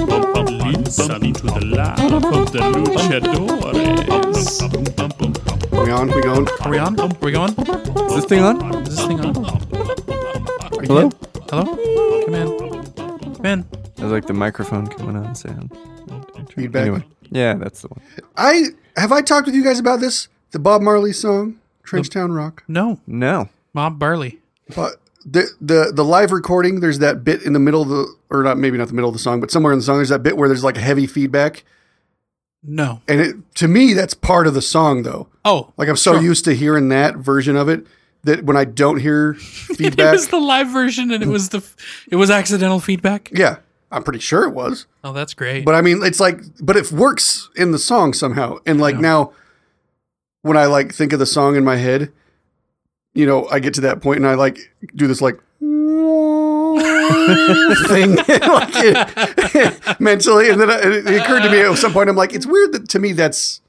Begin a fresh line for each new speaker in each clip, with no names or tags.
Listen to the laugh of the luchadores.
We on? We going?
Are we on? Are we going?
Is this thing on?
Is this thing on?
Hello?
Hello? Come in. Come in.
There's like the microphone coming on sound.
Feedback.
Anyway, yeah, that's the one.
I have I talked with you guys about this? The Bob Marley song, Trenchtown Rock.
No,
No.
Bob Burley.
But the the the live recording, there's that bit in the middle of the or not maybe not the middle of the song, but somewhere in the song there's that bit where there's like heavy feedback.
No.
And it to me that's part of the song though.
Oh,
Like I'm so
Sure.
used to hearing that version of it that when I don't hear
it
feedback,
was the live version, and it was the it was accidental feedback.
yeah, I'm pretty sure it was.
Oh, that's great.
But I mean, it's like, but it works in the song somehow. And like now, when I like think of the song in my head, you know, I get to that point and I like do this like thing like, it- mentally, and then I, it it occurred to me at some point, I'm like, it's weird that to me that's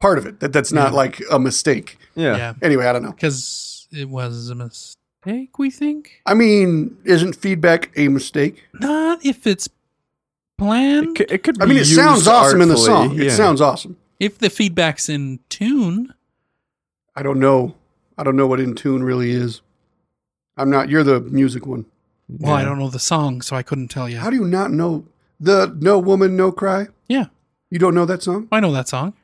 part of it. That that's not like a mistake.
Yeah.
yeah,
Anyway, I don't know.
because it was a mistake. We think
I mean, isn't feedback a mistake?
not if it's planned.
It, c- it could be
I mean, it
used
sounds awesome in the
artfully,
song.
yeah.
It sounds awesome.
if the feedback's in tune,
I don't know. I don't know what in tune really is. I'm not. You're the music one.
well, I don't know the song, so I couldn't tell you.
How do you not know the No Woman No Cry?
yeah,
You don't know that song?
I know that song,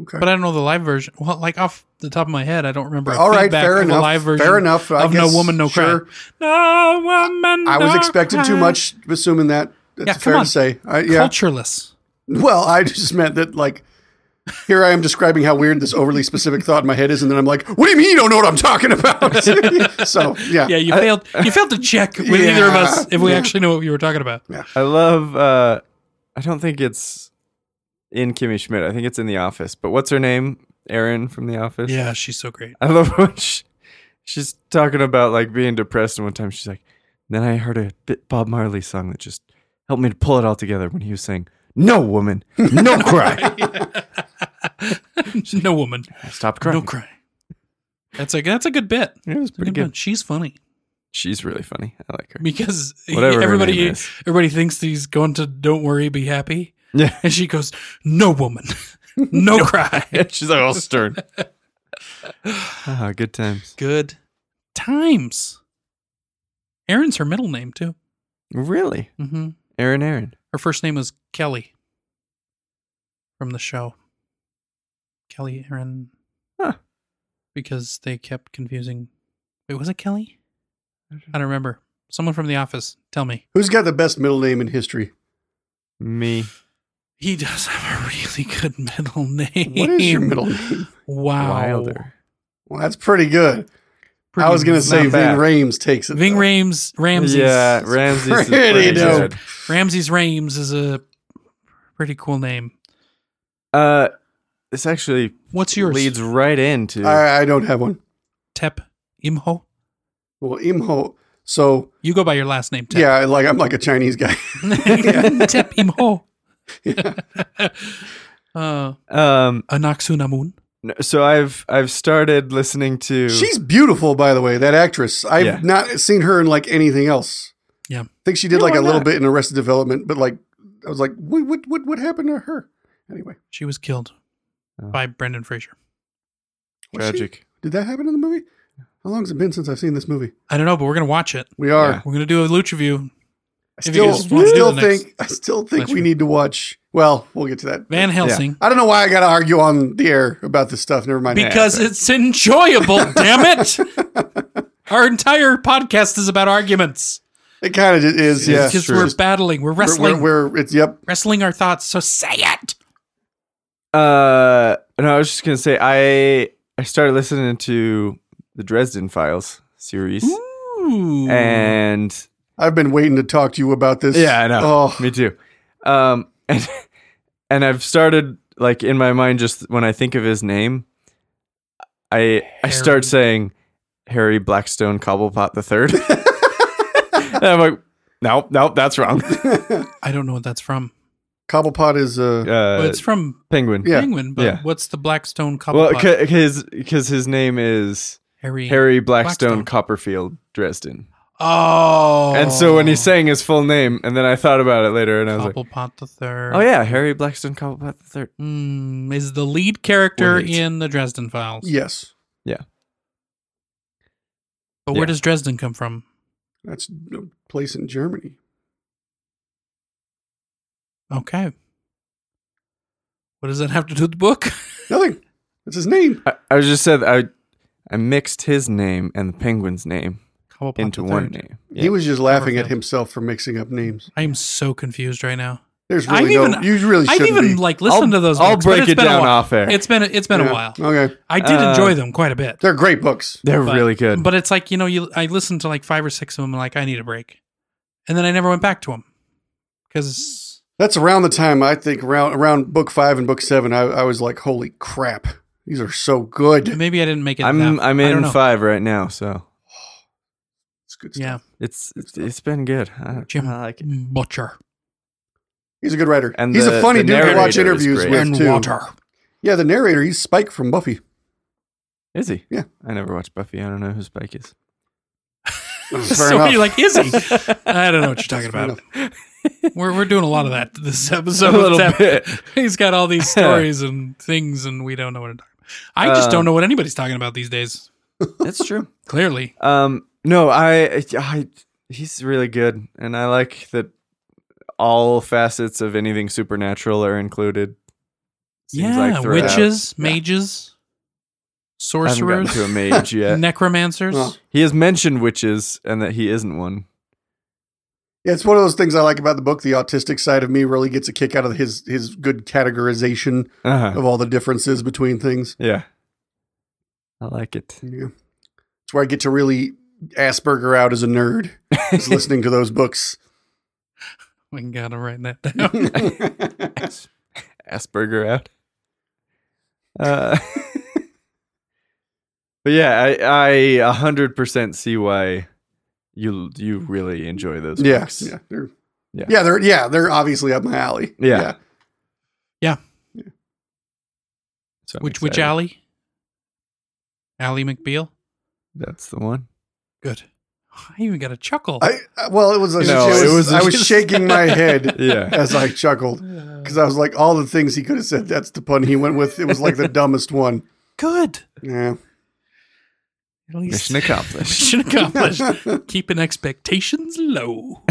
Okay.
but I don't know the live version. Well, like off the top of my head, I don't remember. a
All right,
feedback
fair
of a
enough,
live
fair
version
enough, I
of
guess,
no woman, no
sure.
cry. No woman.
I was
no
expecting too
cry.
much. Assuming that that's
Yeah, come
fair
on.
to say. I, yeah.
Cultureless.
Well, I just meant that like. Here I am describing how weird this overly specific thought in my head is, and then I'm like, "What do you mean you don't know what I'm talking about?" so yeah,
Yeah, you failed. You failed to check with
Yeah.
either of us if we
Yeah.
actually know what we were talking about.
I love. uh I don't think it's in Kimmy Schmidt. I think it's in The Office. But what's her name? Erin from The Office.
Yeah, she's so great.
I love when she, she's talking about like being depressed, and one time she's like, "Then I heard a bit Bob Marley song that just helped me to pull it all together." When he was saying, "No woman, no cry,"
No woman,
I stopped
no
crying.
cry. That's a that's a good bit.
it was pretty
Good one.
good.
She's funny
She's really funny. I like her.
because
Whatever her
everybody
name is.
everybody thinks he's going to "Don't worry, be happy,"
Yeah,
and she goes, "No woman, no cry."
she's like all stern. Ah, good times.
Good times. Erin's her middle name too.
Really,
hmm
Aaron, Aaron.
Her first name was Kelly from the show. Kelly Aaron.
Huh.
Because they kept confusing. Wait, was it Kelly? I don't remember. Someone from the office, tell me.
Who's got the best middle name in history?
Me.
He does have a really good middle name.
What is your middle name?
Wow.
Wilder.
Well, that's pretty good. I was gonna
Pretty-
say
not bad.
Ving Rames takes it.
Ving
though.
Rames Ramses.
Yeah, Ramses. is
pretty
pretty
dope.
good.
Ramses Rames is a pretty cool name.
Uh, this actually
What's yours?
leads right into.
I, I don't have one.
Tep Imho.
Well, Imho. So
You go by your last name, Tep.
yeah, like I'm like a Chinese guy.
Tep im ho. uh,
um,
Anaxunamun.
No, So I've I've started listening to
She's beautiful, by the way. That actress. I've
Yeah.
not seen her in like anything else.
Yeah.
I think she did
Yeah,
like
why
a little
not?
bit in Arrested Development, but like I was like, what what what, what happened to her? Anyway,
She was killed
Oh.
by Brendan Fraser.
was she-
tragic.
Did that happen in the movie? How long has it been since I've seen this movie?
I don't know, but we're gonna watch it.
We are.
Yeah.
We're gonna do a lucha view.
I
If you
still,
guys wanna do
still
the next-
think I still think
Let's
we
re-
need to watch. Well, we'll get to that.
Van Helsing.
I don't know why I got to argue on the air about this stuff. Never mind.
Because it's enjoyable, damn it. Our entire podcast is about arguments.
it kind of is. Yeah,
Because we're battling, we're wrestling,
We're, we're, we're it's yep.
wrestling our thoughts. So say it.
Uh, no, I was just gonna say I I started listening to the Dresden Files series,
Ooh.
and
I've been waiting to talk to you about this.
yeah, I know,
Oh,
me too. Um, and and I've started like in my mind just when I think of his name, I I
Harry.
start saying Harry Blackstone Cobblepot the Third, and I'm like, nope, nope, that's wrong.
I don't know what that's from.
Cobblepot is uh,
Uh,
well, it's from
penguin.
yeah,
Penguin, but
yeah.
what's the Blackstone
Well,
Cobblepot?
because because his name is
Harry.
Harry Blackstone,
Blackstone.
Copperfield Dresden,
Oh.
and so when he sang his full name, and then I thought about it later, and I was like,
Cobblepot the Third.
oh yeah, Harry Blackstone Copperfield the Third.
Mm, is the lead character
Wait.
in the Dresden Files.
yes.
But where
Yeah.
does Dresden come from?
That's a place in Germany.
Okay. What does that have to do with the book?
Nothing. That's his name.
I, I was just said I I mixed his name and the penguin's name
Cobblepot
into
the
one
Third.
name.
He
Yeah.
was just laughing at
Copperfield.
himself for mixing up names.
I am so confused right now.
There's
I've
really no.
even-
You really
I've
shouldn't
even
be.
like listened to
I'll-
those.
I'll
books, but
break
it's
it
been a
down
while.
off air.
It's been it's been
Yeah.
a while.
Okay,
I did
Uh,
enjoy them quite a bit.
they're great books.
They're
but-
really good.
But it's like you know, you I listened to like five or six of them, and like I need a break, and then I never went back to them because
That's around the time I think around around book five and book seven. I, I was like, holy crap, these are so good.
maybe I didn't make it.
I'm
that-
I'm
I don't
in
know.
five right now, so
It's good stuff.
Yeah,
it's it's, it's been good. I,
Jim.
I like it.
butcher
He's a good writer.
And
he's
the-
a funny
the
dude to watch
narrator is
interviews
great.
with
and
too.
water.
Yeah, the narrator. He's Spike from Buffy.
Is he?
Yeah.
I never watched Buffy. I don't know who Spike is.
Fair
so
enough.
you're like, is he? I don't know what you're talking about. We're we're doing a lot of that this episode.
a little
It's hap-
bit.
He's got all these stories and things, and we don't know what to talk. I just
Uh,
don't know what anybody's talking about these days.
That's true.
Clearly,
Um, no, I, I, he's really good, and I like that all facets of anything supernatural are included. Seems like
yeah,
throughout.
witches, mages,
I haven't gotten
sorcerers,
to a mage yet.
necromancers.
Well,
He has mentioned witches and that he isn't one.
Yeah, it's one of those things I like about the book. The autistic side of me really gets a kick out of his his good categorization
Uh-huh.
of all the differences between things.
Yeah, I like it.
Yeah. It's where I get to really Asperger out as a nerd, is listening to those books.
We gotta write that down.
Asperger out. Uh, but yeah, I I hundred percent see why you you really enjoy those.
yeah,
books.
yeah, they're,
Yeah.
yeah, they're yeah, they're obviously up my alley.
Yeah. So I'm
which which
excited.
alley? Allie McBeal.
That's the one.
Good. I even got a chuckle.
I I- well, it was, a,
No,
it was,
it was
I was
just-
shaking my head
Yeah.
as I chuckled because I was like, all the things he could have said. That's the pun he went with. It was like the dumbest one.
Good.
Yeah,
At least
Mission accomplished.
mission accomplished. Keeping expectations low.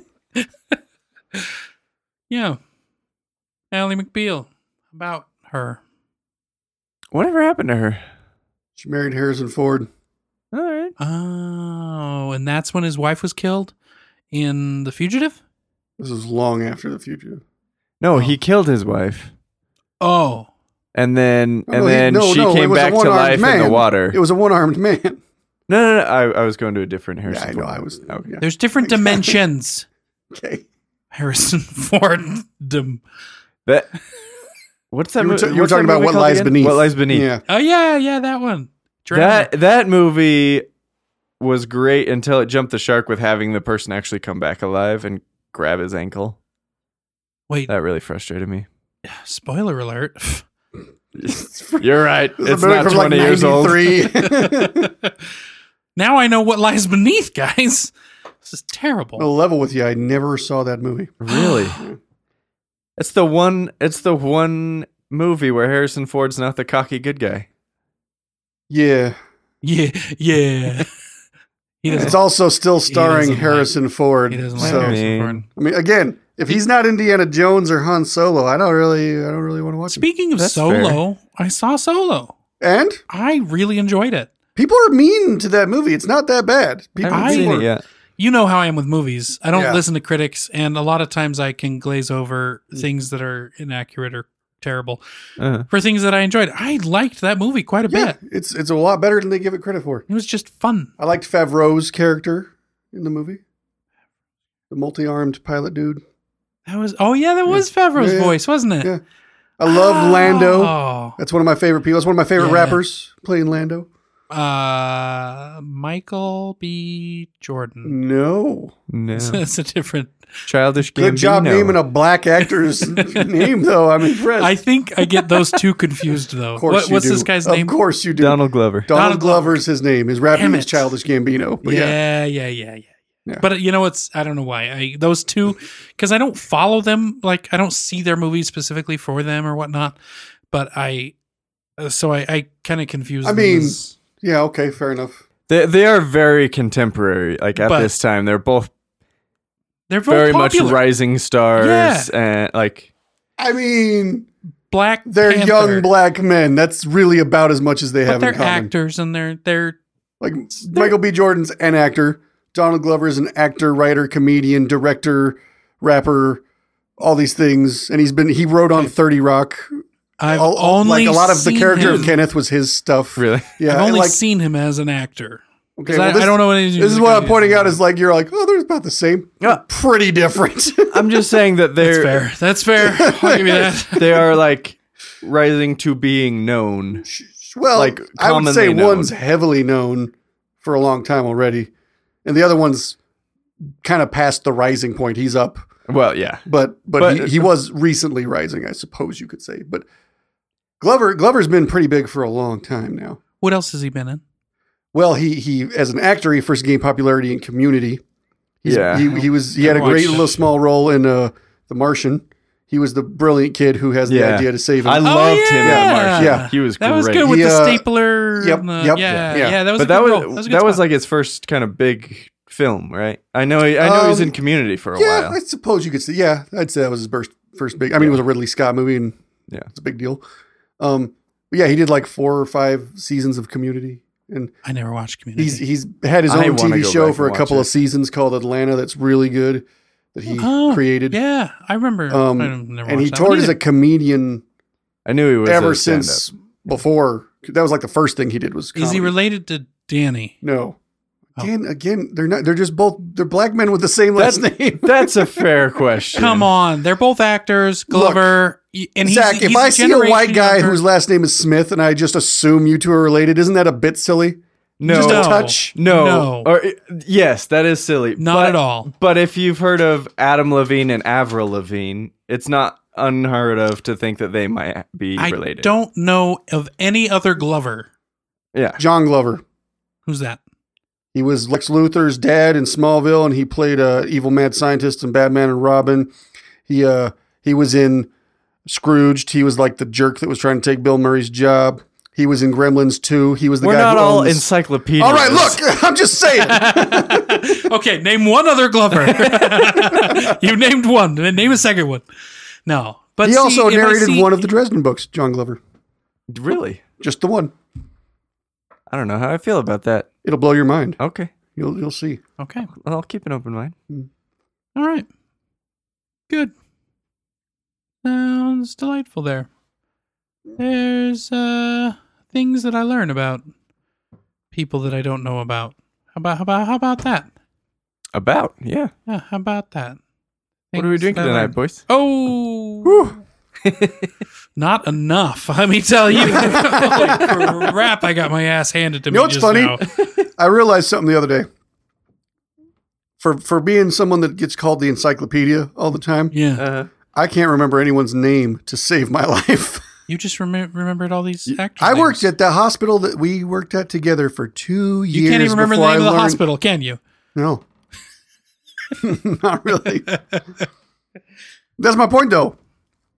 yeah. Allie McBeal. About her.
Whatever happened to her?
she married Harrison Ford.
All right.
Oh, and that's when his wife was killed in The Fugitive?
This was long after the future.
No,
Oh.
he killed his wife,
Oh.
and then
Oh,
and
no, he-
then
no,
she
no, it
came
was a
back to
one-armed
life in the
man.
water.
It was a one armed man.
no, no, no. I, I was going to a different
Yeah,
Harrison.
I know.
Ford.
I was
Okay.
yeah.
There's different dimensions.
okay.
Harrison Ford. Dim-
That. What's that?
You were,
movie?
ta- you were
what's that
talking about
movie
what
called
lies
again?
beneath.
What lies beneath?
Yeah,
Oh, yeah, yeah, that one. Drown.
That that movie was great until it jumped the shark with having the person actually come back alive and grab his ankle.
Wait,
That really frustrated me.
spoiler alert.
You're right.
This is a
It's
movie
not
from,
20 years old.
93.
now I know what lies beneath, guys. This is terrible.
I'll level with you. I never saw that movie.
Really? it's the one it's the one movie where Harrison Ford's not the cocky good guy.
Yeah,
Yeah, yeah. he doesn't.
it's also still starring
doesn't
Harrison Ford.
he doesn't like
so,
it.
Harrison Ford.
mean-
I mean, again, if he's not Indiana Jones or Han Solo, I don't really, I don't really want to watch it.
Speaking of
That's
Solo, I saw Solo.
And
I really enjoyed it.
people are mean to that movie. It's not that bad. People,
I haven't
I-
seen
people
it yet.
You know how I am with movies. I don't
Yeah.
listen to critics, and a lot of times I can glaze over
Mm.
things that are inaccurate or terrible
Uh,
for things that I enjoyed. I liked that movie quite a
yeah,
bit.
it's it's a lot better than they give it credit for.
It was just fun.
I liked Favreau's character in the movie, the multi-armed pilot dude.
That was oh yeah, that was Favreau's
Yeah, yeah.
voice, wasn't it?
Yeah. I love Lando.
Oh.
That's one of my favorite people. That's one of my favorite
Yeah.
rappers playing Lando.
Uh, Michael B. Jordan.
No,
no.
Mm.
That's a different.
Childish Gambino.
Good job naming a black actor's name, though. I'm impressed.
I think I get those two confused though.
of course
What-
you
what's
do.
this guy's name?
Of course you do. Donald,
Donald Glover.
Donald
Glover's his name. His rap
Damn
name is
it.
Childish Gambino. But yeah.
yeah, yeah, yeah, yeah,
Yeah.
But uh, you know what's? I don't know why. I those two because I don't follow them. Like I don't see their movies specifically for them or whatnot. But I, uh, so I, I kind of confuse.
I
them
mean,
as-
yeah, okay, fair enough.
They they are very contemporary. Like at
But-
this time, they're both
they're both
very
popular.
much rising stars
Yeah.
and like
I mean,
Black,
they're
Panther,
young black men. That's really about as much as they
but
have
they're
in common.
actors and they're they're
Like Michael B. Jordan's an actor. Donald Glover is an actor, writer, comedian, director, rapper, all these things. And he's been he wrote on Thirty Rock.
I've
All- all-
only
like a lot of the
seen
character
him-
of Kenneth was his stuff.
really.
Yeah,
I've
and,
only
like
seen him as an actor. 'Cause
okay,
I,
well, this,
I don't know what
This is what I'm pointing out is like you're like oh they're about the same.
Yeah.
pretty different.
I'm just saying that
That's
they're
fair. That's fair. I'll give you that.
they are like rising to being known.
well,
Like,
like I would say
commonly
one's
known.
heavily known for a long time already, and the other one's kind of past the rising point. He's up.
Well, yeah.
but but,
But-
he, he was recently rising, I suppose you could say. But Glover Glover's been pretty big for a long time now.
What else has he been in?
Well, he he as an actor, he first gained popularity in Community. He's-
Yeah.
he, he was he had a
Watch
great
that
little
shit.
small role in uh, The Martian. He was the brilliant kid who has the
Yeah.
idea to save him.
I loved him in
Oh, yeah.
The Martian.
Yeah.
He was
That
great.
was good with
He,
the
uh,
stapler.
yep,
and the-
yep,
yeah,
yeah.
yeah, That was a
but that
good
was
role. was a good
that was
spot.
like his first kind of big film, right? I know he, I know he was
Um,
in Community for a
yeah,
while.
I suppose you could say. Yeah, I'd say that was his first first big. I mean, it was a Ridley Scott movie, and
Yeah.
it's a big deal. Um, but yeah, he did like four or five seasons of Community, and
I never watched Community.
He's he's had his
I
own
wanna
TV
go
show
back
for
and
a
watch
couple
it.
of seasons called Atlanta that's really good that he
Oh,
created.
yeah, I remember.
Um,
I never
and he
watched that one
toured as a
either.
comedian
I knew he was
ever
a stand-up.
since before. That was like the first thing he did was.
Is he
comedy.
related to Danny?
No.
Oh.
Again, again, they're not. They're just both. They're black men with the same
That's-
last name.
That's a fair question.
Come on, they're both actors. Glover y- and he's,
Zach, if
he's
I see a white
generation
guy
younger.
whose last name is Smith and I just assume you two are related, isn't that a bit silly?
No.
Just
No.
a touch.
no.
No.
Or yes, that is silly.
not
but,
at all.
But if you've heard of Adam Levine and Avril Levine, it's not unheard of to think that they might be
I
related.
don't know of any other Glover.
Yeah.
John Glover.
Who's that?
He was Lex Luthor's dad in Smallville, and he played uh, evil mad scientist in Batman and Robin. He uh, he was in Scrooged. He was like the jerk that was trying to take Bill Murray's job. He was in Gremlins 2. He was the
We're
guy
not
who
all
owns-
encyclopedias.
All right, look, I'm just saying.
okay, name one other Glover. you named one. Then Name a second one. No, but
he
see,
also
if I
narrated
see-
one of the Dresden books, John Glover.
Really?
Just the one.
I don't know how I feel about that.
It'll blow your mind.
Okay.
You'll you'll see.
Okay,
Well, I'll keep an open mind.
all right, good. Sounds delightful. There, there's uh things that I learn about people that I don't know about. How about how about how about that?
About, yeah.
Yeah, how about that?
What are we
Things
drinking
that I
tonight,
learned.
boys?
Oh. Not enough. Let me tell you. Holy crap! I got my ass handed to me.
know what's
just
funny?
now.
I realized something the other day. For for being someone that gets called the encyclopedia all the time,
Yeah,
Uh,
I can't remember anyone's name to save my life.
you just remem- remembered all these actors.
I
names.
worked at the hospital that we worked at together for two years.
You can't even remember the
before
name of the
I learned-
hospital, can you?
No, not really. That's my point, though.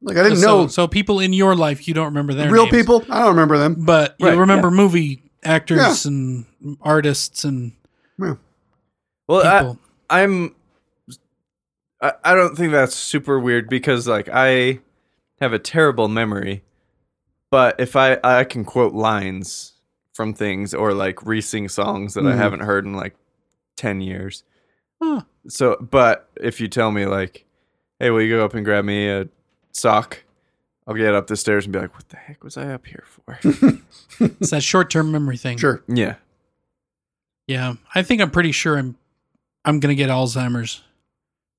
Like I didn't
So,
know
so people in your life, you don't remember their
real
names, Mm.
people. I don't remember them.
but you
Right,
remember movie actors and artists and
Yeah.
Well, I-
people.
I'm I, I don't think that's super weird because like I have a terrible memory, but if I I can quote lines from things or like re-sing songs that I
Mhm.
haven't heard in like 10 years.
Mm. Huh.
So but if you tell me like, "Hey, will you go up and grab me a sock?" I'll get up the stairs and be like, "What the heck was I up here for?"
It's that short-term memory thing.
Sure.
yeah.
Yeah, I think I'm pretty sure I'm I'm gonna get Alzheimer's.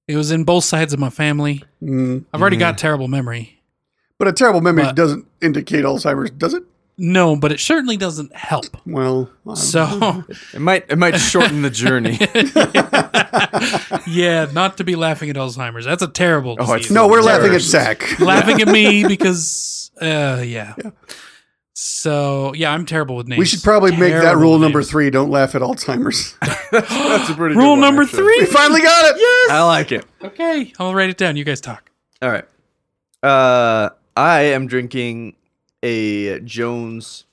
It was in both sides of my family.
Mm.
I've already
Yeah.
got terrible memory.
But a terrible memory
But-
doesn't indicate Alzheimer's, does it?
No, but it certainly doesn't help.
Well, I-
So,
It might it might shorten the journey.
yeah, not to be laughing at Alzheimer's. That's a terrible.
Oh, it's
disease.
no, we're laughing at
Terrorists.
Zach.
laughing at me because uh yeah. So yeah, I'm terrible with names.
We should probably make that
Terrible
rule
with
number
names.
three: don't laugh at Alzheimer's.
That's a pretty
Rule
good one,
number
actually.
three.
we finally got it.
I like it.
Okay, I'll write it down. You guys talk.
All right. Uh, I am drinking a Jones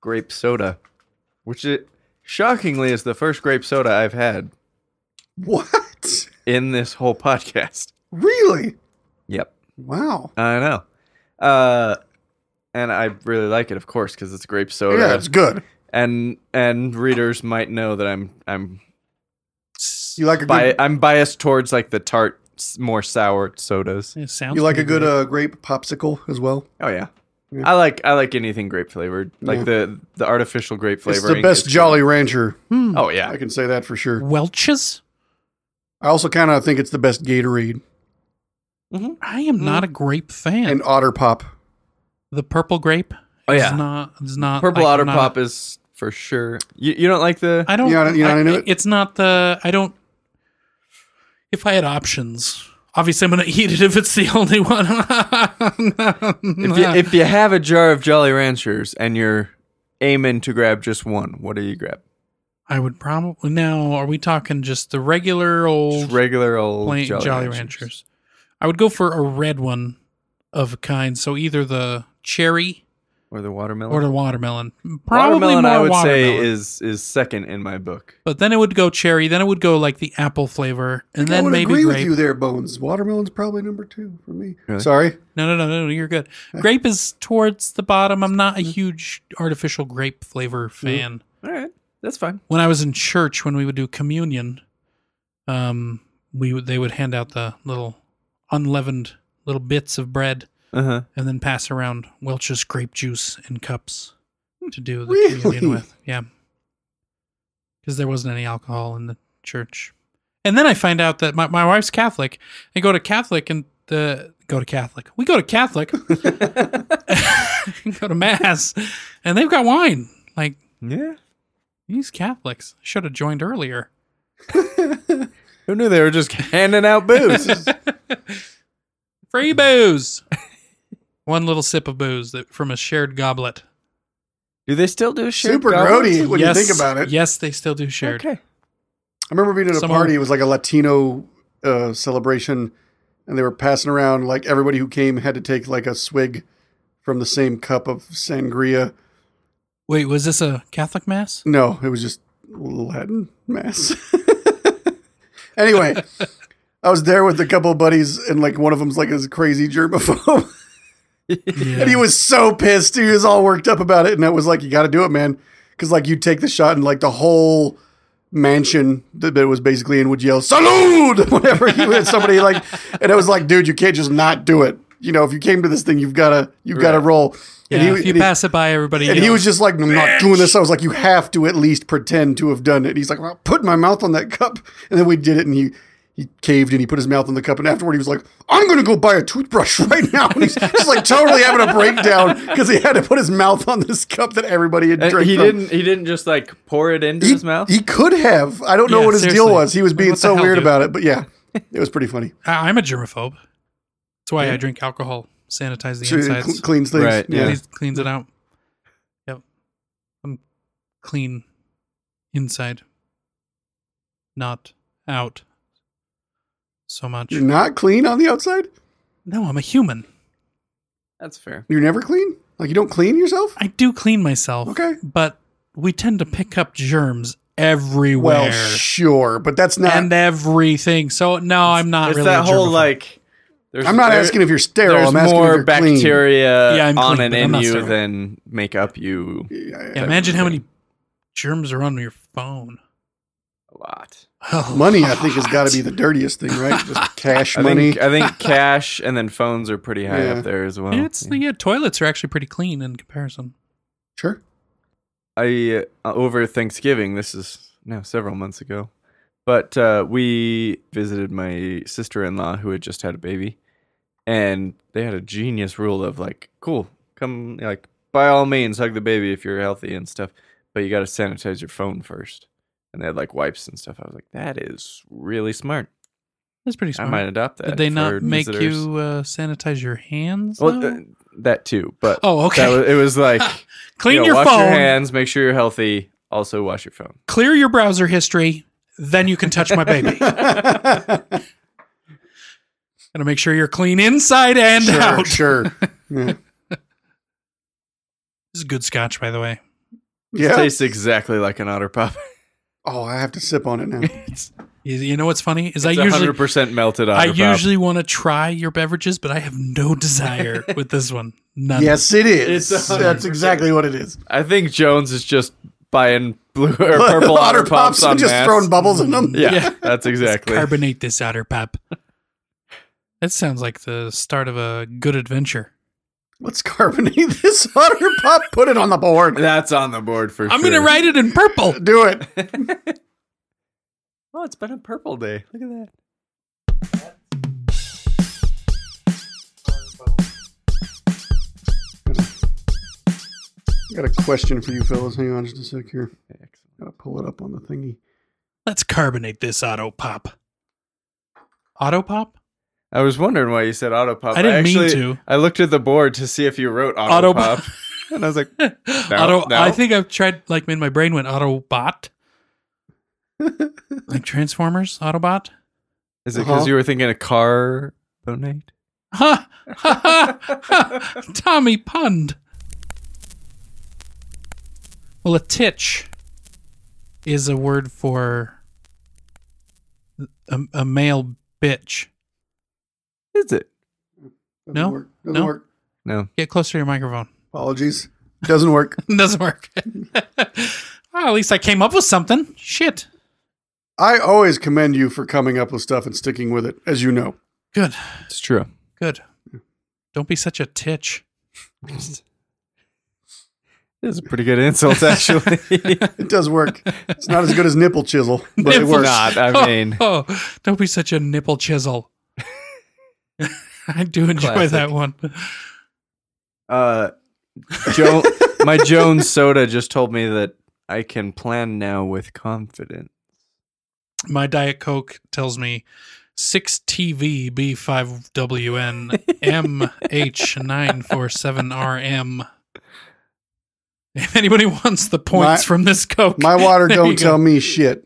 grape soda, which it shockingly is the first grape soda I've had
What?
in this whole podcast.
Really?
Yep.
Wow.
I know. Uh, and I really like it, of course, because it's grape soda.
Yeah, it's good.
And and readers might know that I'm I'm
S-
You like a
bi-
good,
I'm biased towards like the tart, s- more sour sodas.
It sounds
you like a
pretty
good uh, grape popsicle as well.
Oh yeah.
Yeah.
I like I like anything grape flavored, like
Yeah.
the the artificial grape
It's
flavoring.
the best
is-
Jolly Rancher.
Hmm.
Oh yeah,
I can say that for sure.
Welch's.
I also kind of think it's the best Gatorade
I am not a grape fan.
Mm. and Otter Pop.
the purple grape.
Oh,
is
yeah.
not is not
purple
like,
otter
not-
pop is for sure. You, you don't like the?
I don't.
You know- you know
I,
I knew it.
It's not the. I don't. If I had options, obviously I'm going to eat it if it's the only one.
if, you, if you have a jar of Jolly Ranchers and you're aiming to grab just one, what do you grab?
I would probably now. Are we talking just the regular
Just
old
regular old
plain
Jolly,
Jolly,
Ranchers.
Ranchers. I would go for a red one of a kind. So either the cherry
or the watermelon.
or the watermelon. Probably
watermelon,
more
I would
watermelon.
say is is second in my book.
but then it would go cherry. Then it would go like the apple flavor, and
I
then
would
maybe
agree
grape.
with you there, Bones. Watermelon's probably number two for me.
Really?
Sorry.
No, no, no, no, no, you're good. Grape is towards the bottom. I'm not a
Mm-hmm.
huge artificial grape flavor fan.
All right, that's fine.
When I was in church, when we would do communion, um, we would they would hand out the little unleavened little bits of bread
Uh huh.
and then pass around Welch's grape juice in cups to do the
Really?
communion with. Yeah, because there wasn't any alcohol in the church. And then I find out that my, my wife's Catholic. I go to Catholic and the go to Catholic. We go to Catholic, go to mass, and they've got wine. Like
Yeah.
these Catholics should have joined earlier.
Who knew they were just handing out booze?
Free booze. One little sip of booze that, from a shared goblet.
do they still do a shared
Super
goblet?
grody when you think about it.
Yes, they still do shared.
Okay.
I remember being at a
Someone-
party. It was like a Latino uh, celebration, and they were passing around like everybody who came had to take like a swig from the same cup of sangria.
Wait, was this a Catholic mass?
No, it was just Latin mass. anyway, I was there with a couple of buddies, and like one of them's like this crazy germaphobe, and he was so pissed. He was all worked up about it, and I was like, "You got to do it, man," because like you take the shot, and like the whole mansion that that it was basically in would yell "Salud" whenever you had somebody like, and I was like, "Dude, you can't just not do it." You know, if you came to this thing, you've gotta you've gotta roll.
Yeah,
and he,
if you
and he-
pass it by, everybody.
and he
yells.
was just like, I'm not doing this. I was like, you have to at least pretend to have done it. And he's like, well, I'll put my mouth on that cup. And then we did it and he he caved and he put his mouth on the cup. And afterward, he was like, I'm going to go buy a toothbrush right now. And he's just like totally having a breakdown because he had to put his mouth on this cup that everybody had
Uh,
drank
he
from.
didn't. He didn't just like pour it into
He,
his mouth.
he could have. I don't know
Yeah,
what his deal
seriously.
was. He was
Like,
being
what the
so
hell,
weird
dude?
about it. But yeah, it was pretty funny.
I, I'm a germaphobe. That's why I drink alcohol, sanitize the
So it
insides,
cl- cleans things.
Right,
yeah.
yeah.
cleans, cleans it out. Yep, I'm clean inside, not out. So much.
You're not clean on the outside?
No, I'm a human.
That's fair.
You're never clean? Like you don't clean yourself?
I do clean myself.
Okay.
but we tend to pick up germs everywhere
Well, sure, but that's not.
and everything. So no, I'm not
it's
really
that
a
whole
germaphobe.
like. There's,
I'm not
there-
asking if you're sterile.
There's
I'm asking if
more
you're clean.
bacteria
Yeah, I'm
on
clean,
and
but I'm
in
not
you
sterile.
than make up you
Yeah, imagine how many germs are on your phone.
a lot.
Money, I think, has got to be the dirtiest thing, right? Just cash
I
money.
think uh, I think cash and then phones are pretty high
Yeah.
up there as well.
It's the yeah, toilets are actually pretty clean in comparison.
sure.
I uh, over Thanksgiving. This is now several months ago, but uh, we visited my sister-in-law who had just had a baby, and they had a genius rule of like, cool, come like by all means hug the baby if you're healthy and stuff, but you got to sanitize your phone first. And they had like wipes and stuff. I was like, that is really smart.
That's pretty smart.
I might adopt that.
Did they
for
not make
visitors.
you uh, sanitize your hands?
Well,
though?
uh, that too, but
oh, okay.
that was, it was like
Clean
you know,
your
wash
phone.
your hands, make sure you're healthy. Also, wash your phone.
clear your browser history, then you can touch my baby. Gotta make sure you're clean inside and
sure,
out. This
sure. Yeah.
is good scotch, by the way.
Yeah.
Tastes exactly like an otter pop.
Oh, I have to sip on it now.
it's
You, you know what's funny is I
it's
usually
100% melted otter
I
pop.
usually want to try your beverages, but I have no desire with this one. None.
Yes, it is.
It's a hundred
That's exactly what it is.
I think Jones is just buying blue or purple otter, pops, on
and just
mass.
throwing bubbles in them.
yeah,
Yeah.
that's exactly.
Carbonate this outer pop. That sounds like the start of a good adventure.
Let's carbonate this otter pop. Put it on the board.
That's on the board for
I'm
sure.
gonna write it in purple.
Do it.
Oh, it's been a purple day. Look at that.
Got a question for you fellas. Hang on just a sec here. Gotta pull it up on the thingy.
Let's carbonate this auto pop. Auto pop?
I was wondering why you said auto pop.
I didn't mean
actually,
to.
I looked at the board to see if you wrote auto,
Auto
pop, and I was like,
auto.
no.
I think I've tried. Like, in my brain went Autobot, like Transformers, Autobot.
"Is it because
Uh-huh.
you were thinking a car donate?"
Ha ha ha! ha. Tommy punned. Well, a titch is a word for a, a male bitch.
Is it?
Doesn't
No.
work. Doesn't
No.
work.
No.
Get closer to your microphone.
Apologies. Doesn't work.
Doesn't work. well, at least I came up with something. Shit.
I always commend you for coming up with stuff and sticking with it, as you know.
Good.
It's true.
Good. Don't be such a titch.
This is a pretty good insult, actually.
It does work. it's not as good as nipple chisel, but it
Nipple
works.
Not. I mean,
oh, don't be such a nipple chisel. I do enjoy
Classic.
that one.
uh, jo- my Jones soda just told me that I can plan now with confidence.
My Diet Coke tells me 6TVB5WN If anybody wants the points
My-
from this Coke,
My water
There you
don't
go.
tell me shit.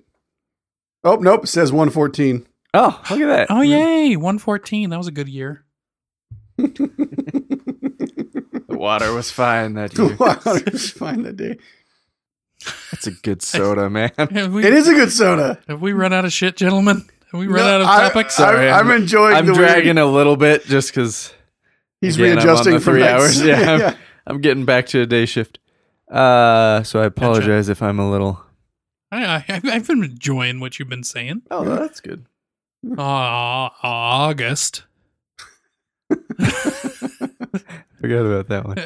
Oh nope, it says 114.
Oh, look at that.
Oh, yay. 114. That was a good year.
The water was fine that
The
year.
water is fine that day.
That's a good soda, man.
Have we,
It is a good soda.
have we run out of shit, gentlemen? Have we run
No,
out of
I-
topics?
Sorry,
I'm, I'm
I'm-
enjoying
I'm
the way
dragging a little bit just because
he's
Again, I'm on
readjusting
the
for
three
next-
hours. Yeah. I'm getting back to a day shift. Uh, so I apologize if I'm a little.
I, I, I've been enjoying what you've been saying.
Oh, that's good.
Aw, August.
Forgot about that one.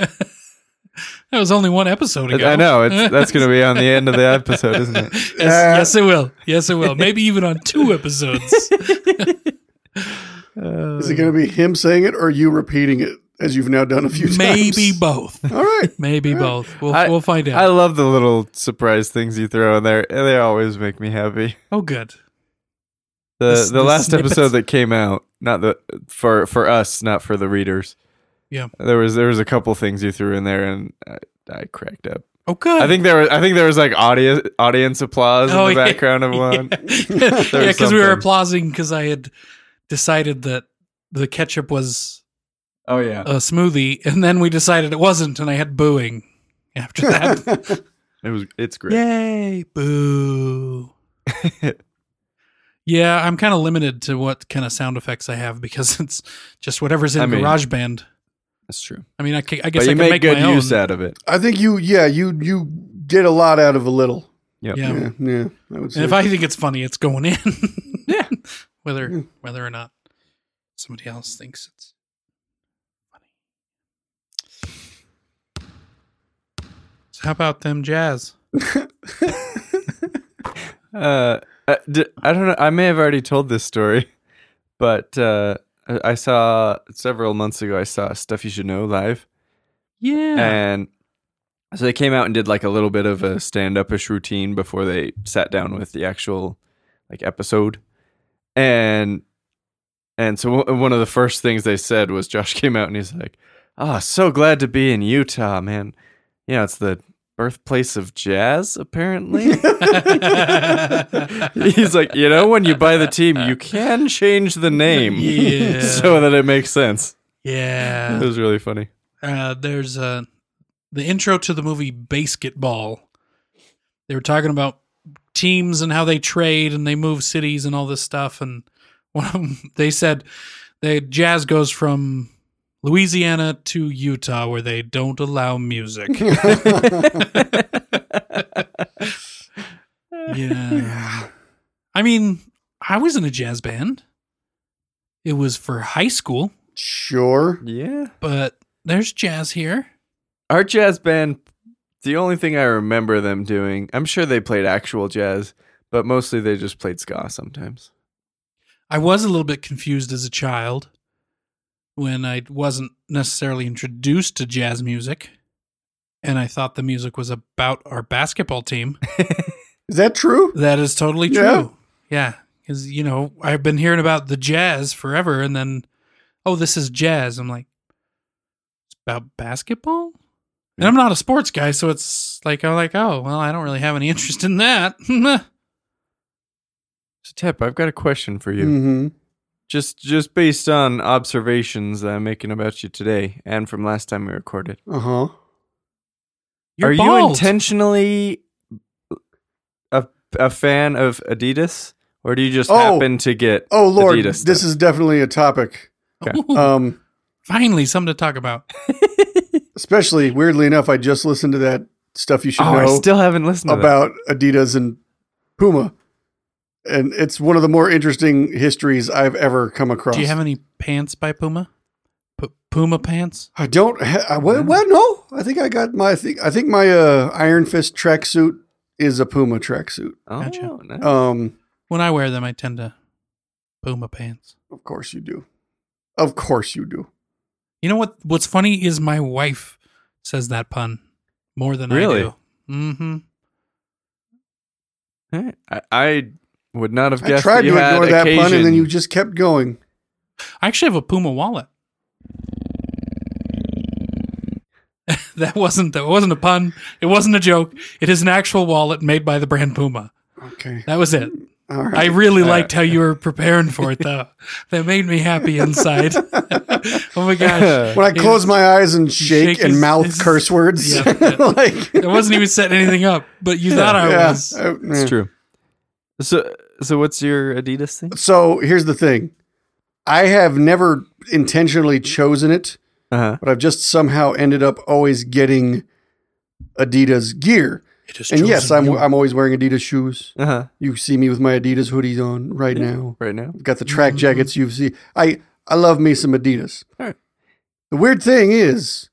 That was only one episode ago.
I know it's, that's going to be on the end of the episode, isn't it?
yes, yes, it will. Yes, it will. Maybe even on two episodes.
Uh,
Is it going to be him saying it or you repeating it as you've now done a few times?
Maybe both.
All right.
Maybe both. We'll,
I-
we'll find
I
out.
love the little surprise things you throw in there. They always make me happy.
oh, good.
The
This-
the
this
last
snippet.
episode that came out, not the for for us, not for the readers.
Yeah.
There was there was a couple things you threw in there, and I, I cracked up.
Oh, good.
I think there was I think there was like audience audience applause
Oh,
in the
yeah.
background of one.
yeah,
There was
because we were
something.
applauding because I had decided that the ketchup was
Oh yeah,
a smoothie, and then we decided it wasn't, and I had booing after that.
it was it's great.
Yay, boo. yeah, I'm kind of limited to what kind of sound effects I have because it's just whatever's in
I mean-
GarageBand.
That's true.
I mean, I, ca- I guess
But
I
you
can
make,
make
good
my
use
own.
out of it.
I think you, yeah, you, you get a lot out of a little.
Yep.
Yeah.
Yeah. Yeah. I would say.
And if I think it's funny, it's going in.
Yeah.
whether
Yeah.
whether or not somebody else thinks it's funny. So how about them jazz?
Uh, I, d- I don't know. I may have already told this story, but uh, I I saw several months ago. I saw Stuff You Should Know live,
Yeah.
and So they came out and did like a little bit of a stand up ish routine before they sat down with the actual like episode. And and so one- one of the first things they said was Josh came out and he's like, "Ah, so glad to be in Utah, man. You know, it's the birthplace of jazz apparently." he's like, "You know, when you buy the team, you can change the name
Yeah.
so that it makes sense."
yeah.
It was really funny.
uh, there's uh, the intro to the movie Basketball. They were talking about teams and how they trade and they move cities and all this stuff. And one of them, they said the jazz goes from Louisiana to Utah where they don't allow music. yeah. I mean, I was in a jazz band. It was for high school,
Sure.
Yeah.
but there's jazz here.
Our jazz band, the only thing I remember them doing, I'm sure they played actual jazz, but mostly they just played ska sometimes.
I was a little bit confused as a child when I wasn't necessarily introduced to jazz music. And I thought the music was about our basketball team.
Is that true?
That is totally
Yeah.
true. Yeah. Because, you know, I've been hearing about the jazz forever. And then, oh, this is jazz. I'm like, it's about basketball? And I'm not a sports guy. So it's like, I'm like, oh, well, I don't really have any interest in that.
So Tip, I've got a question for you.
Mm-hmm.
Just just based on observations that I'm making about you today and from last time we recorded.
Uh huh.
You're
Are you
bald.
intentionally a, a fan of Adidas? Or do you just
Oh.
happen to get
Oh Lord,
Adidas
this is definitely a topic.
Uh,
Um,
Finally, something to talk about.
especially weirdly enough, I just listened to that stuff you should
Oh, I
know
still haven't listened to
about Adidas and Puma, and it's one of the more interesting histories I've ever come across.
Do you have any pants by Puma? P- Puma pants?
I don't. Ha- I, what, what? No, I think I got my. Thing. I think my uh, Iron Fist tracksuit is a Puma tracksuit.
that.
Gotcha.
Oh, nice.
Um,
When I wear them, I tend to Puma pants.
of course you do. Of course you do.
You know what? What's funny is my wife says that pun more than
Really?
I do. Mm-hmm.
Alright. I, I would not have
I
guessed.
tried
that you
to
had
ignore that pun, and then
occasion.
you just kept going.
I actually have a Puma wallet. that wasn't that wasn't a pun. It wasn't a joke. It is an actual wallet made by the brand Puma.
Okay.
That was it.
All right.
I really
Uh,
liked how you were preparing for it though. that made me happy inside. oh my gosh.
When I close my eyes and shake,
Shake
and
is-
mouth
is-
curse words,
Yeah, yeah.
like
I wasn't even setting anything up, but you thought I
yeah, Uh, mm.
was.
I- yeah.
It's true. So, so what's your Adidas thing?
So here's the thing: I have never intentionally chosen it,
Uh huh.
but I've just somehow ended up always getting Adidas gear.
It is
And yes,
chosen
I'm
you.
I'm always wering Adidas shoes.
Uh huh.
You see me with my Adidas hoodies on right
Yeah.
now.
Right now.
I've got the track jackets you've seen. I I love me some Adidas.
Mm-hmm. Alright.
The weird thing is,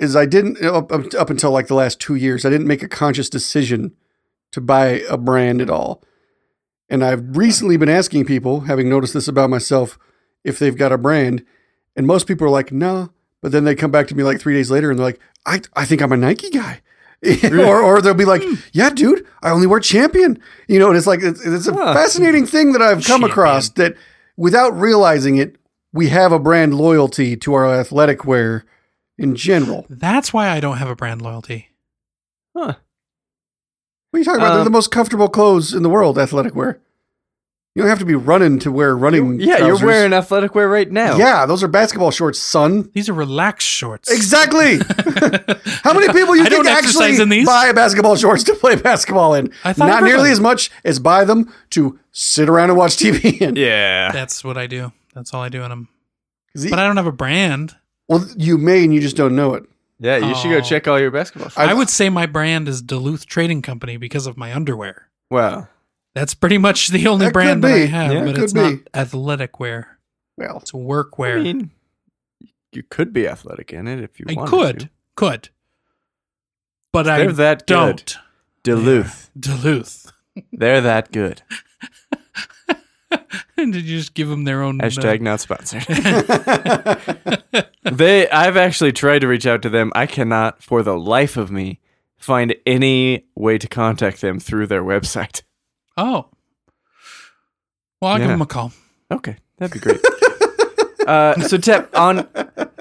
is I didn't up, up up until like the last two years, I didn't make a conscious decision to buy a brand at all. And I've recently been asking people, having noticed this about myself, if they've got a brand, and most people are like, "No," but then they come back to me like three days later and they're like, "I I think I'm a Nike guy." or, or they'll be like,
Hmm.
yeah, dude, I only wear champion. You know, and it's like, it's, it's a
Huh.
fascinating thing that I've come
Champion.
across that without realizing it, we have a brand loyalty to our athletic wear in general.
That's why I don't have a brand loyalty.
Huh.
What are you talking about? They're
Um,
the most comfortable clothes in the world, athletic wear. You don't have to be running to wear running.
Yeah,
Um, trousers.
you're wearing athletic wear right now.
Yeah, those are basketball shorts, son.
These are relaxed shorts.
Exactly. How many people you
I
think
don't exercise
actually
in these.
buy basketball shorts to play basketball in?
I thought
Not nearly
everybody-
as much as buy them to sit around and watch TV in.
Yeah.
That's what I do. That's all I do in them.
'Cause he-
But I don't have a brand.
well, you may and you just don't know it.
Yeah. You should go
Oh.
check all your basketball. Shots.
I would say my brand is Duluth Trading Company because of my underwear.
Wow.
That's pretty much the only
That
brand
could
that I
be.
have,
Yeah,
but
could
it's not
be.
athletic wear.
Well,
It's work wear.
I mean, you could be athletic in it if you
I
wanted
could,
to.
could, but I
They're that
don't.
good. Duluth.
Duluth.
They're that good.
Did you just give them their own uh,
Hashtag not sponsored. they, I've actually tried to reach out to them. I cannot, for the life of me, find any way to contact them through their website.
oh. Well, I'll give
Yeah.
them a call.
Okay, that'd be great. uh, so, Tep, on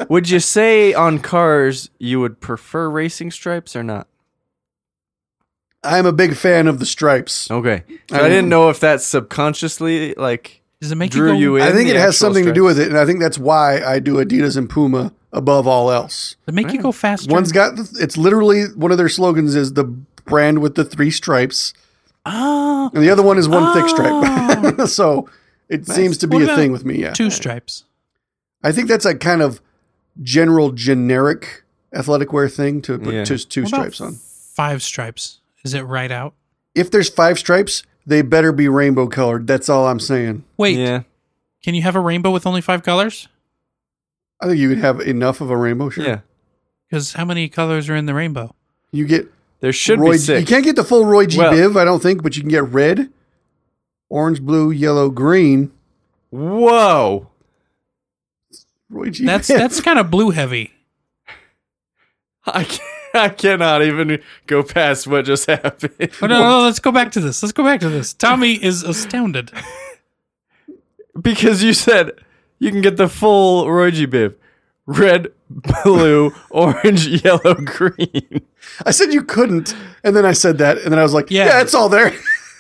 would you say on cars you would prefer racing stripes or not?
I'm a big fan of the stripes.
Okay, so
I
I,
mean-
didn't know if that's subconsciously like
Does it make
drew
you, go,
you in.
I think
the
it has
actual
something to do
stripes?
with it, and I think that's why I do Adidas and Puma above all else.
Does it make you go faster?
One's got the, it's literally one of their slogans is the brand with the three stripes,
Ah,
and the other one is one thick
Oh.
stripe. so it seems to be
What
a
about
thing with me. Yeah,
two stripes.
I think that's a kind of general generic athletic wear thing to put
Yeah.
just two
What about
stripes on.
Five stripes. Is it right out?
If there's five stripes, they better be rainbow colored. That's all I'm saying.
Wait,
Yeah,
can you have a rainbow with only five colors?
I think you would have enough of a rainbow shirt.
yeah.
Because how many colors are in the rainbow?
You get
There should
Roy
be
G,
six.
you can't get the full Roy G
Well-
Biv, I don't think, but you can get red, orange, blue, yellow, green.
Whoa.
Roy G.
That's
Biv.
that's kind of blue heavy.
I, can, I cannot even go past what just happened.
Oh, no, no, let's go back to this. Let's go back to this. Tommy is astounded.
Because you said you can get the full Roy G. Biv. Red, blue, orange, yellow, green.
I said you couldn't, and then I said that, and then I was like,
Yeah.
yeah, it's all there.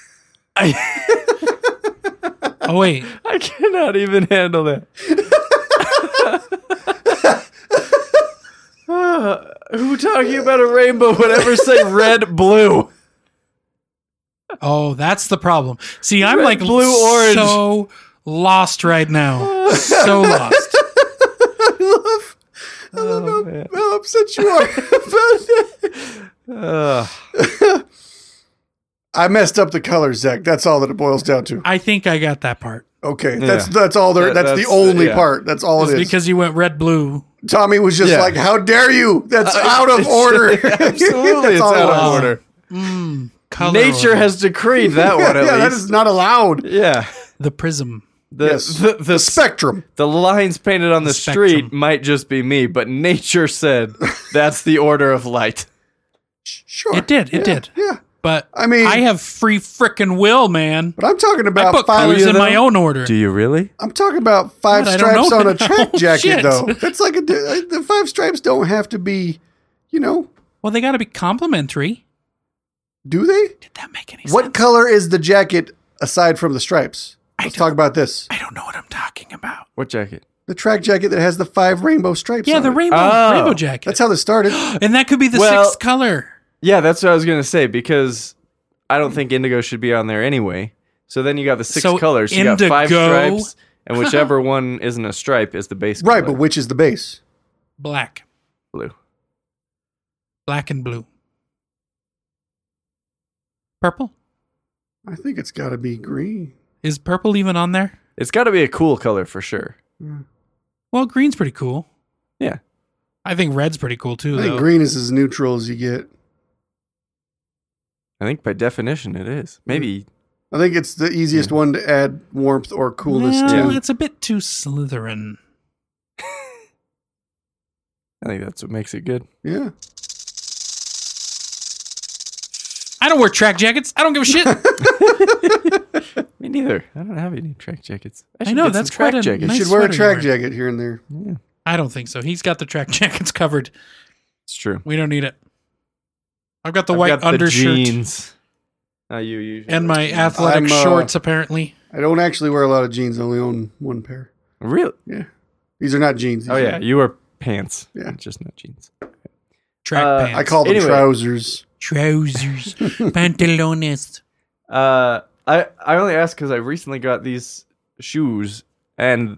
I,
Oh wait,
I cannot even handle that. Ah, who talking about a rainbow would ever say red, blue?
oh that's the problem. See, I'm
Red,
like
blue, orange.
so lost right now. So lost.
I love how, how upset you are about that.
Ugh.
I messed up the colors, Zach. That's all that it boils down to.
I think I got that part.
Okay, that's
Yeah.
that's all there.
That-
that's, the
that's-
only
yeah.
part. That's all it is.
because you went red, blue.
Tommy was just
Yeah. Uh,
like, "How dare you? That's out of
It's-
order."
Absolutely, it's
all it
out
was.
of order.
Mm, color
Nature
order.
has decreed that
Yeah,
one at
yeah, that
least.
is not allowed.
yeah.
the prism.
The,
Yes.
the, the, s-
Spectrum.
the lines painted on the
Spectrum.
street might just be me, but nature said that's the order of light.
Sure.
It did. It
Yeah,
did.
Yeah.
But
I mean-
I have free frickin' will, man.
But I'm talking
I
about
put
five.
colors
you
in my
though?
own order.
you really?
I'm talking about five
God, I don't
stripes
know
on a
now.
track jacket,
Shit.
though. That's like a di- uh, the five stripes don't have to be, you know,
well, they got to be complimentary.
do they?
Did that make any
What
sense?
color is the jacket aside from the stripes? Let's talk about this.
I don't know what I'm talking about.
What jacket?
The track jacket that has the five rainbow stripes.
Yeah,
on
the
it.
rainbow
Oh.
rainbow jacket.
That's how this started.
and that could be the
Well-
sixth color.
Yeah, that's what I was gonna say because I don't think indigo should be on there anyway. So then you got the six
So
colors. You got five
indigo-
stripes, and whichever one isn't a stripe is the base.
right, but
color.
which is the base?
Black,
blue.
black and blue. Purple?
I think it's got to be green.
Is purple even on there?
It's got to be a cool color for sure.
Well, green's pretty cool.
Yeah.
I think red's pretty cool too,
I think
though.
green is as neutral as you get.
I think by definition it is. Maybe
I think it's the easiest one to add warmth or coolness
well,
to.
it's a bit too Slytherin.
I think that's what makes it good.
Yeah.
I don't wear track jackets. I don't give a shit.
Me neither. I don't have any track jackets.
I
should
know,
get some
that's
track
quite a
You
jackets.
nice
should wear a track
sweater you wear.
jacket here and there.
I don't think so. He's got the track jackets covered.
It's true.
We don't need it. I've got the
I've
white
got the
undershirt
jeans. Not Uh, you usually.
and my
Yeah.
athletic
I'm, uh,
shorts, apparently.
I don't actually wear a lot of jeans. I only own one pair.
Really?
Yeah. These are not jeans. These
Oh
are-
yeah, you wear pants.
Yeah.
just not jeans.
Track
uh,
pants.
I call them
Anyway.
trousers.
trousers, pantalones.
Uh, I I only ask because I recently got these shoes, and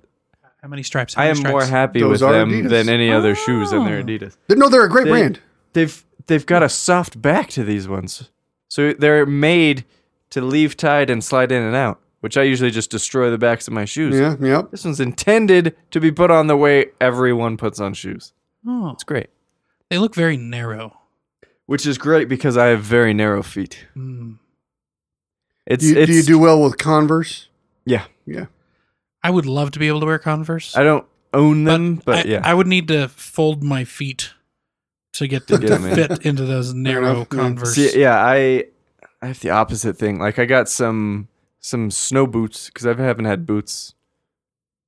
How many stripes? How
I
many
am
stripes?
more happy
Those
with
are
them
Adidas.
than any other shoes, and
Oh.
they're Adidas.
No, they're a great
They-
brand.
They've they've got a soft back to these ones, so they're made to leave tied and slide in and out, which I usually just destroy the backs of my shoes.
Yeah, yep.
This one's intended to be put on the way everyone puts on shoes.
Oh,
It's great,
they look very narrow.
which is great because I have very narrow feet.
Mm.
It's
Do you, do
it's
you do well with Converse?
yeah.
Yeah.
I would love to be able to wear Converse.
I don't own them, but,
I,
yeah.
I would need to fold my feet to get
To
to,
get
to
'em in.
fit into those narrow
enough, yeah.
Converse.
See, yeah, I I have the opposite thing. Like I got some some snow boots because I haven't had boots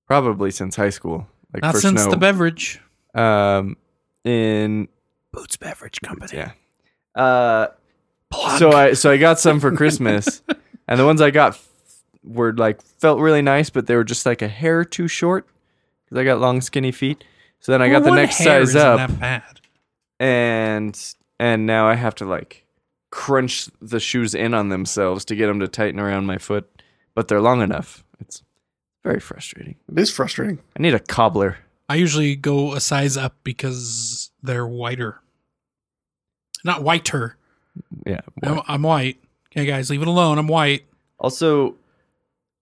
probably since high school. Like
Not
for
since
snow.
the beverage.
um in
Boots Beverage Company.
yeah. Uh, so I so I got some for Christmas, and the ones I got f- were like felt really nice, but they were just like a hair too short because I got long skinny feet. So then I got the next size up,
That bad.
and and now I have to like crunch the shoes in on themselves to get them to tighten around my foot, but they're long enough. It's very frustrating.
It is frustrating.
I need a cobbler.
I usually go a size up because they're whiter. Not whiter.
Yeah.
I'm, I'm white. Okay, guys, leave it alone. I'm white.
Also,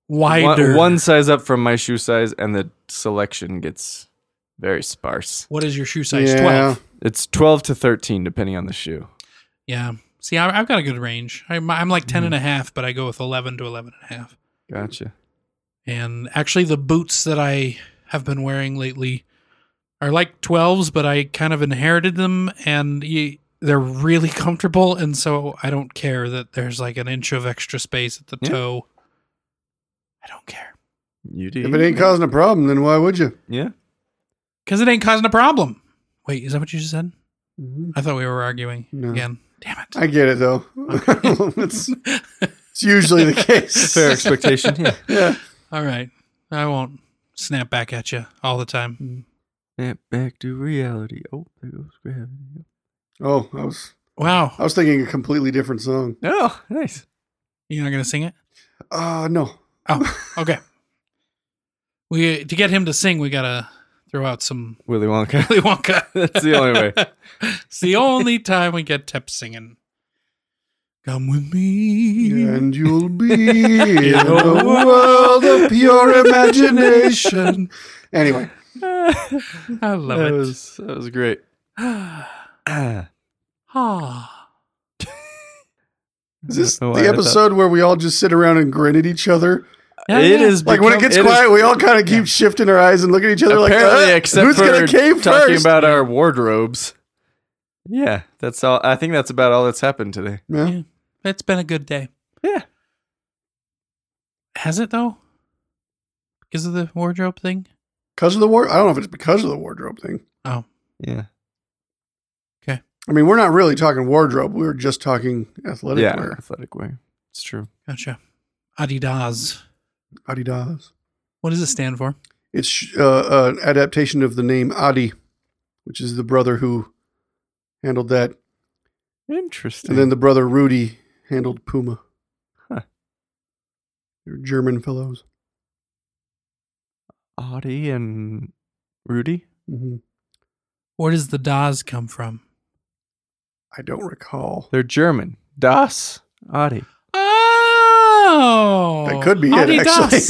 Wider.
one, one size up from my shoe size, and the selection gets very sparse.
What is your shoe size?
Yeah.
12.
It's twelve to thirteen, depending on the shoe.
Yeah. See, I, I've got a good range. I'm, I'm like 10
Hmm.
and a half, but I go with 11 to 11 and a half.
Gotcha.
And actually, the boots that I have been wearing lately are like 12s, but I kind of inherited them and you, they're really comfortable. And so I don't care that there's like an inch of extra space at the
Yeah.
toe. I don't care
You do.
If it ain't causing a problem, then why would you?
yeah.
because it ain't causing a problem. Wait, is that what you just said?
Mm-hmm.
Mhm.
I thought we were arguing
No.
again. Damn it.
I get it though. it's, it's usually the case.
Fair expectation. Yeah.
Yeah.
All right. I won't snap back at you all the time.
Snap back to reality. Oh, there goes gravity.
Oh, I was
Wow.
I was thinking a completely different song.
Oh, nice.
You're not going to sing it?
Uh no.
Oh, okay. We to get him to sing, we gotta throw out some
Willy Wonka.
Willy Wonka.
That's the only way.
it's the only time we get Tep singing. Come with me.
And you'll be in a world of pure imagination. Anyway,
I love
that
it.
was that was great. Ah.
Ah.
is this
I don't know
the
why I
episode where we all just sit around and grin at each other?
Yeah,
it
yeah.
is
Like when it
become-
gets
is
quiet, we all kind of keep shifting our eyes and looking at each other
apparently,
like, "Uh,
except
who's
for
gonna cave
talking
first?
about our wardrobes. Yeah, that's all. I think that's about all that's happened today.
Yeah.
Yeah. It's been a good day.
Yeah.
Has it though? Because of the wardrobe thing?
Because of the war, I don't know if it's because of the wardrobe thing.
Oh.
Yeah.
I mean, we're not really talking wardrobe. We were just talking athletic
yeah.
wear.
Athletic wear. It's true.
Gotcha. Adidas.
Adidas.
What does it stand for?
It's uh, an adaptation of the name Adi, which is the brother who handled that,
Interesting.
and then the brother Rudy handled Puma.
Huh.
They're German fellows.
Audie and Rudy.
hmm
Where does the Das come from?
I don't recall.
They're German. Das Audi.
Oh,
That could be it.
Adidas.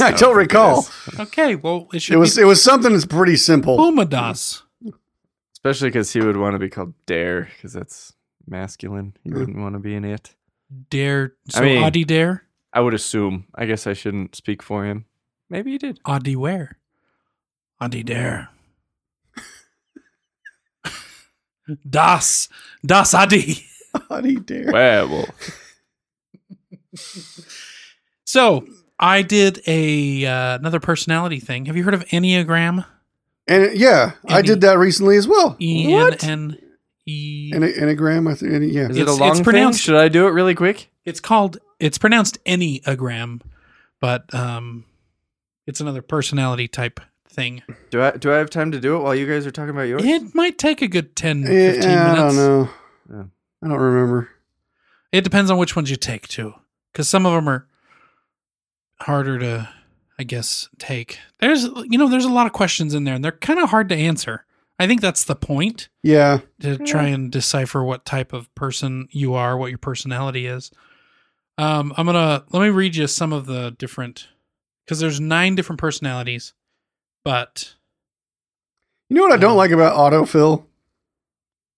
Actually, I
Oh,
don't recall.
Okay, well, it should
It was
be
it was something that's pretty simple.
Puma Das.
Especially because he would want to be called Dare, because that's masculine. He wouldn't want to be an it.
Dare. So
I mean-
Adi Dare,
I would assume. I guess I shouldn't speak for him. Maybe he did.
Adi Where, Adi Dare. das, Das Adi.
Adi dare.
Werewolf.
So I did a uh, another personality thing. Have you heard of Enneagram?
And yeah, I
Any-
did that recently as well.
E N N E.
An enneagram, I think. any- Yeah,
Is it
It's-
a
it's
long thing?
pronounced-
Should I do it really quick?
It's called. It's pronounced Enneagram, but um, it's another personality type thing.
Do I do I have time to do it while you guys are talking about yours?
It might take a good 10, 15
Eh,
minutes.
I don't know.
Yeah.
I don't remember.
It depends on which ones you take too, because some of them are harder to, I guess, take. There's, you know, there's a lot of questions in there, and they're kind of hard to answer. I think that's the point
Yeah,
to try and decipher what type of person you are, what your personality is. Um, I'm gonna let me read you some of the different, because there's nine different personalities, but
you know what I don't
Um,
like about autofill?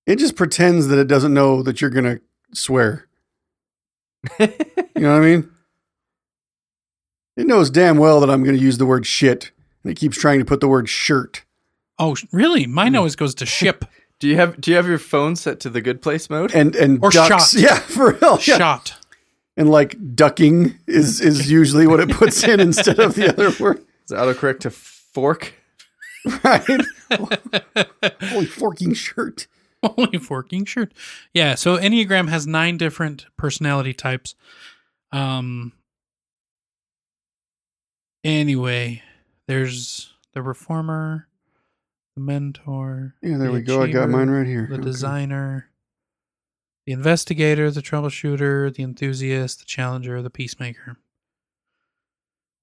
It just pretends that it doesn't know that you're gonna swear. you know what I mean? It knows damn well that I'm going to use the word shit, and it keeps trying to put the word shirt.
Oh, sh- really?
Hmm.
Mine always goes to ship.
Do you have Do you have your phone set to the good place mode?
And and
Or
ducks,
shot.
yeah, for real, yeah.
Shot.
And like ducking is is usually what it puts in instead of the other word,
Is it autocorrect to fork?
right? Holy forking shirt.
Only forking shirt. Yeah. So Enneagram has nine different personality types. Um. Anyway, there's the reformer, the mentor.
Yeah, there
the
we go. I got
achiever,
mine right here.
The
Okay.
designer, the investigator, the troubleshooter, the enthusiast, the challenger, the peacemaker.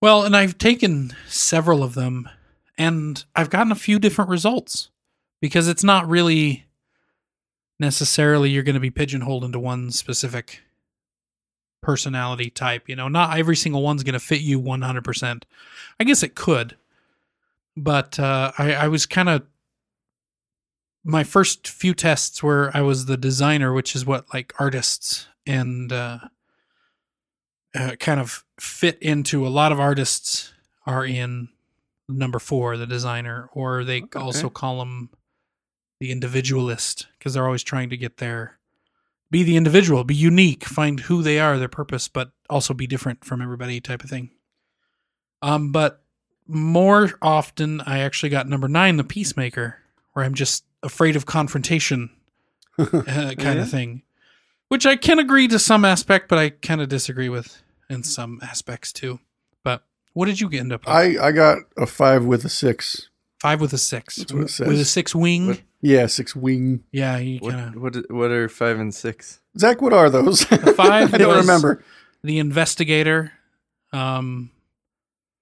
Well, and I've taken several of them and I've gotten a few different results because it's not really necessarily you're going to be pigeonholed into one specific personality type. You know, not every single one's going to fit you 100%. I guess it could, but uh, I, I was kind of. My first few tests were I was the designer, which is what like artists and uh, uh, kind of fit into. A lot of artists are in number four, the designer, or they
Okay.
also call them the individualist because they're always trying to get their be the individual, be unique, find who they are, their purpose, but also be different from everybody type of thing. Um, but more often, I actually got number nine, the peacemaker, where I'm just afraid of confrontation, uh, kind
Yeah.
of thing, which I can agree to some aspect, but I kind of disagree with in some aspects too. But what did you end up with?
I I got a five with a six.
Five with a six,
That's what it says.
with a six wing.
What-
Yeah, six wing.
Yeah, you
What,
kind
what What are five and six?
Zach, what are those?
five
I don't
was-
remember.
of the investigator. Um,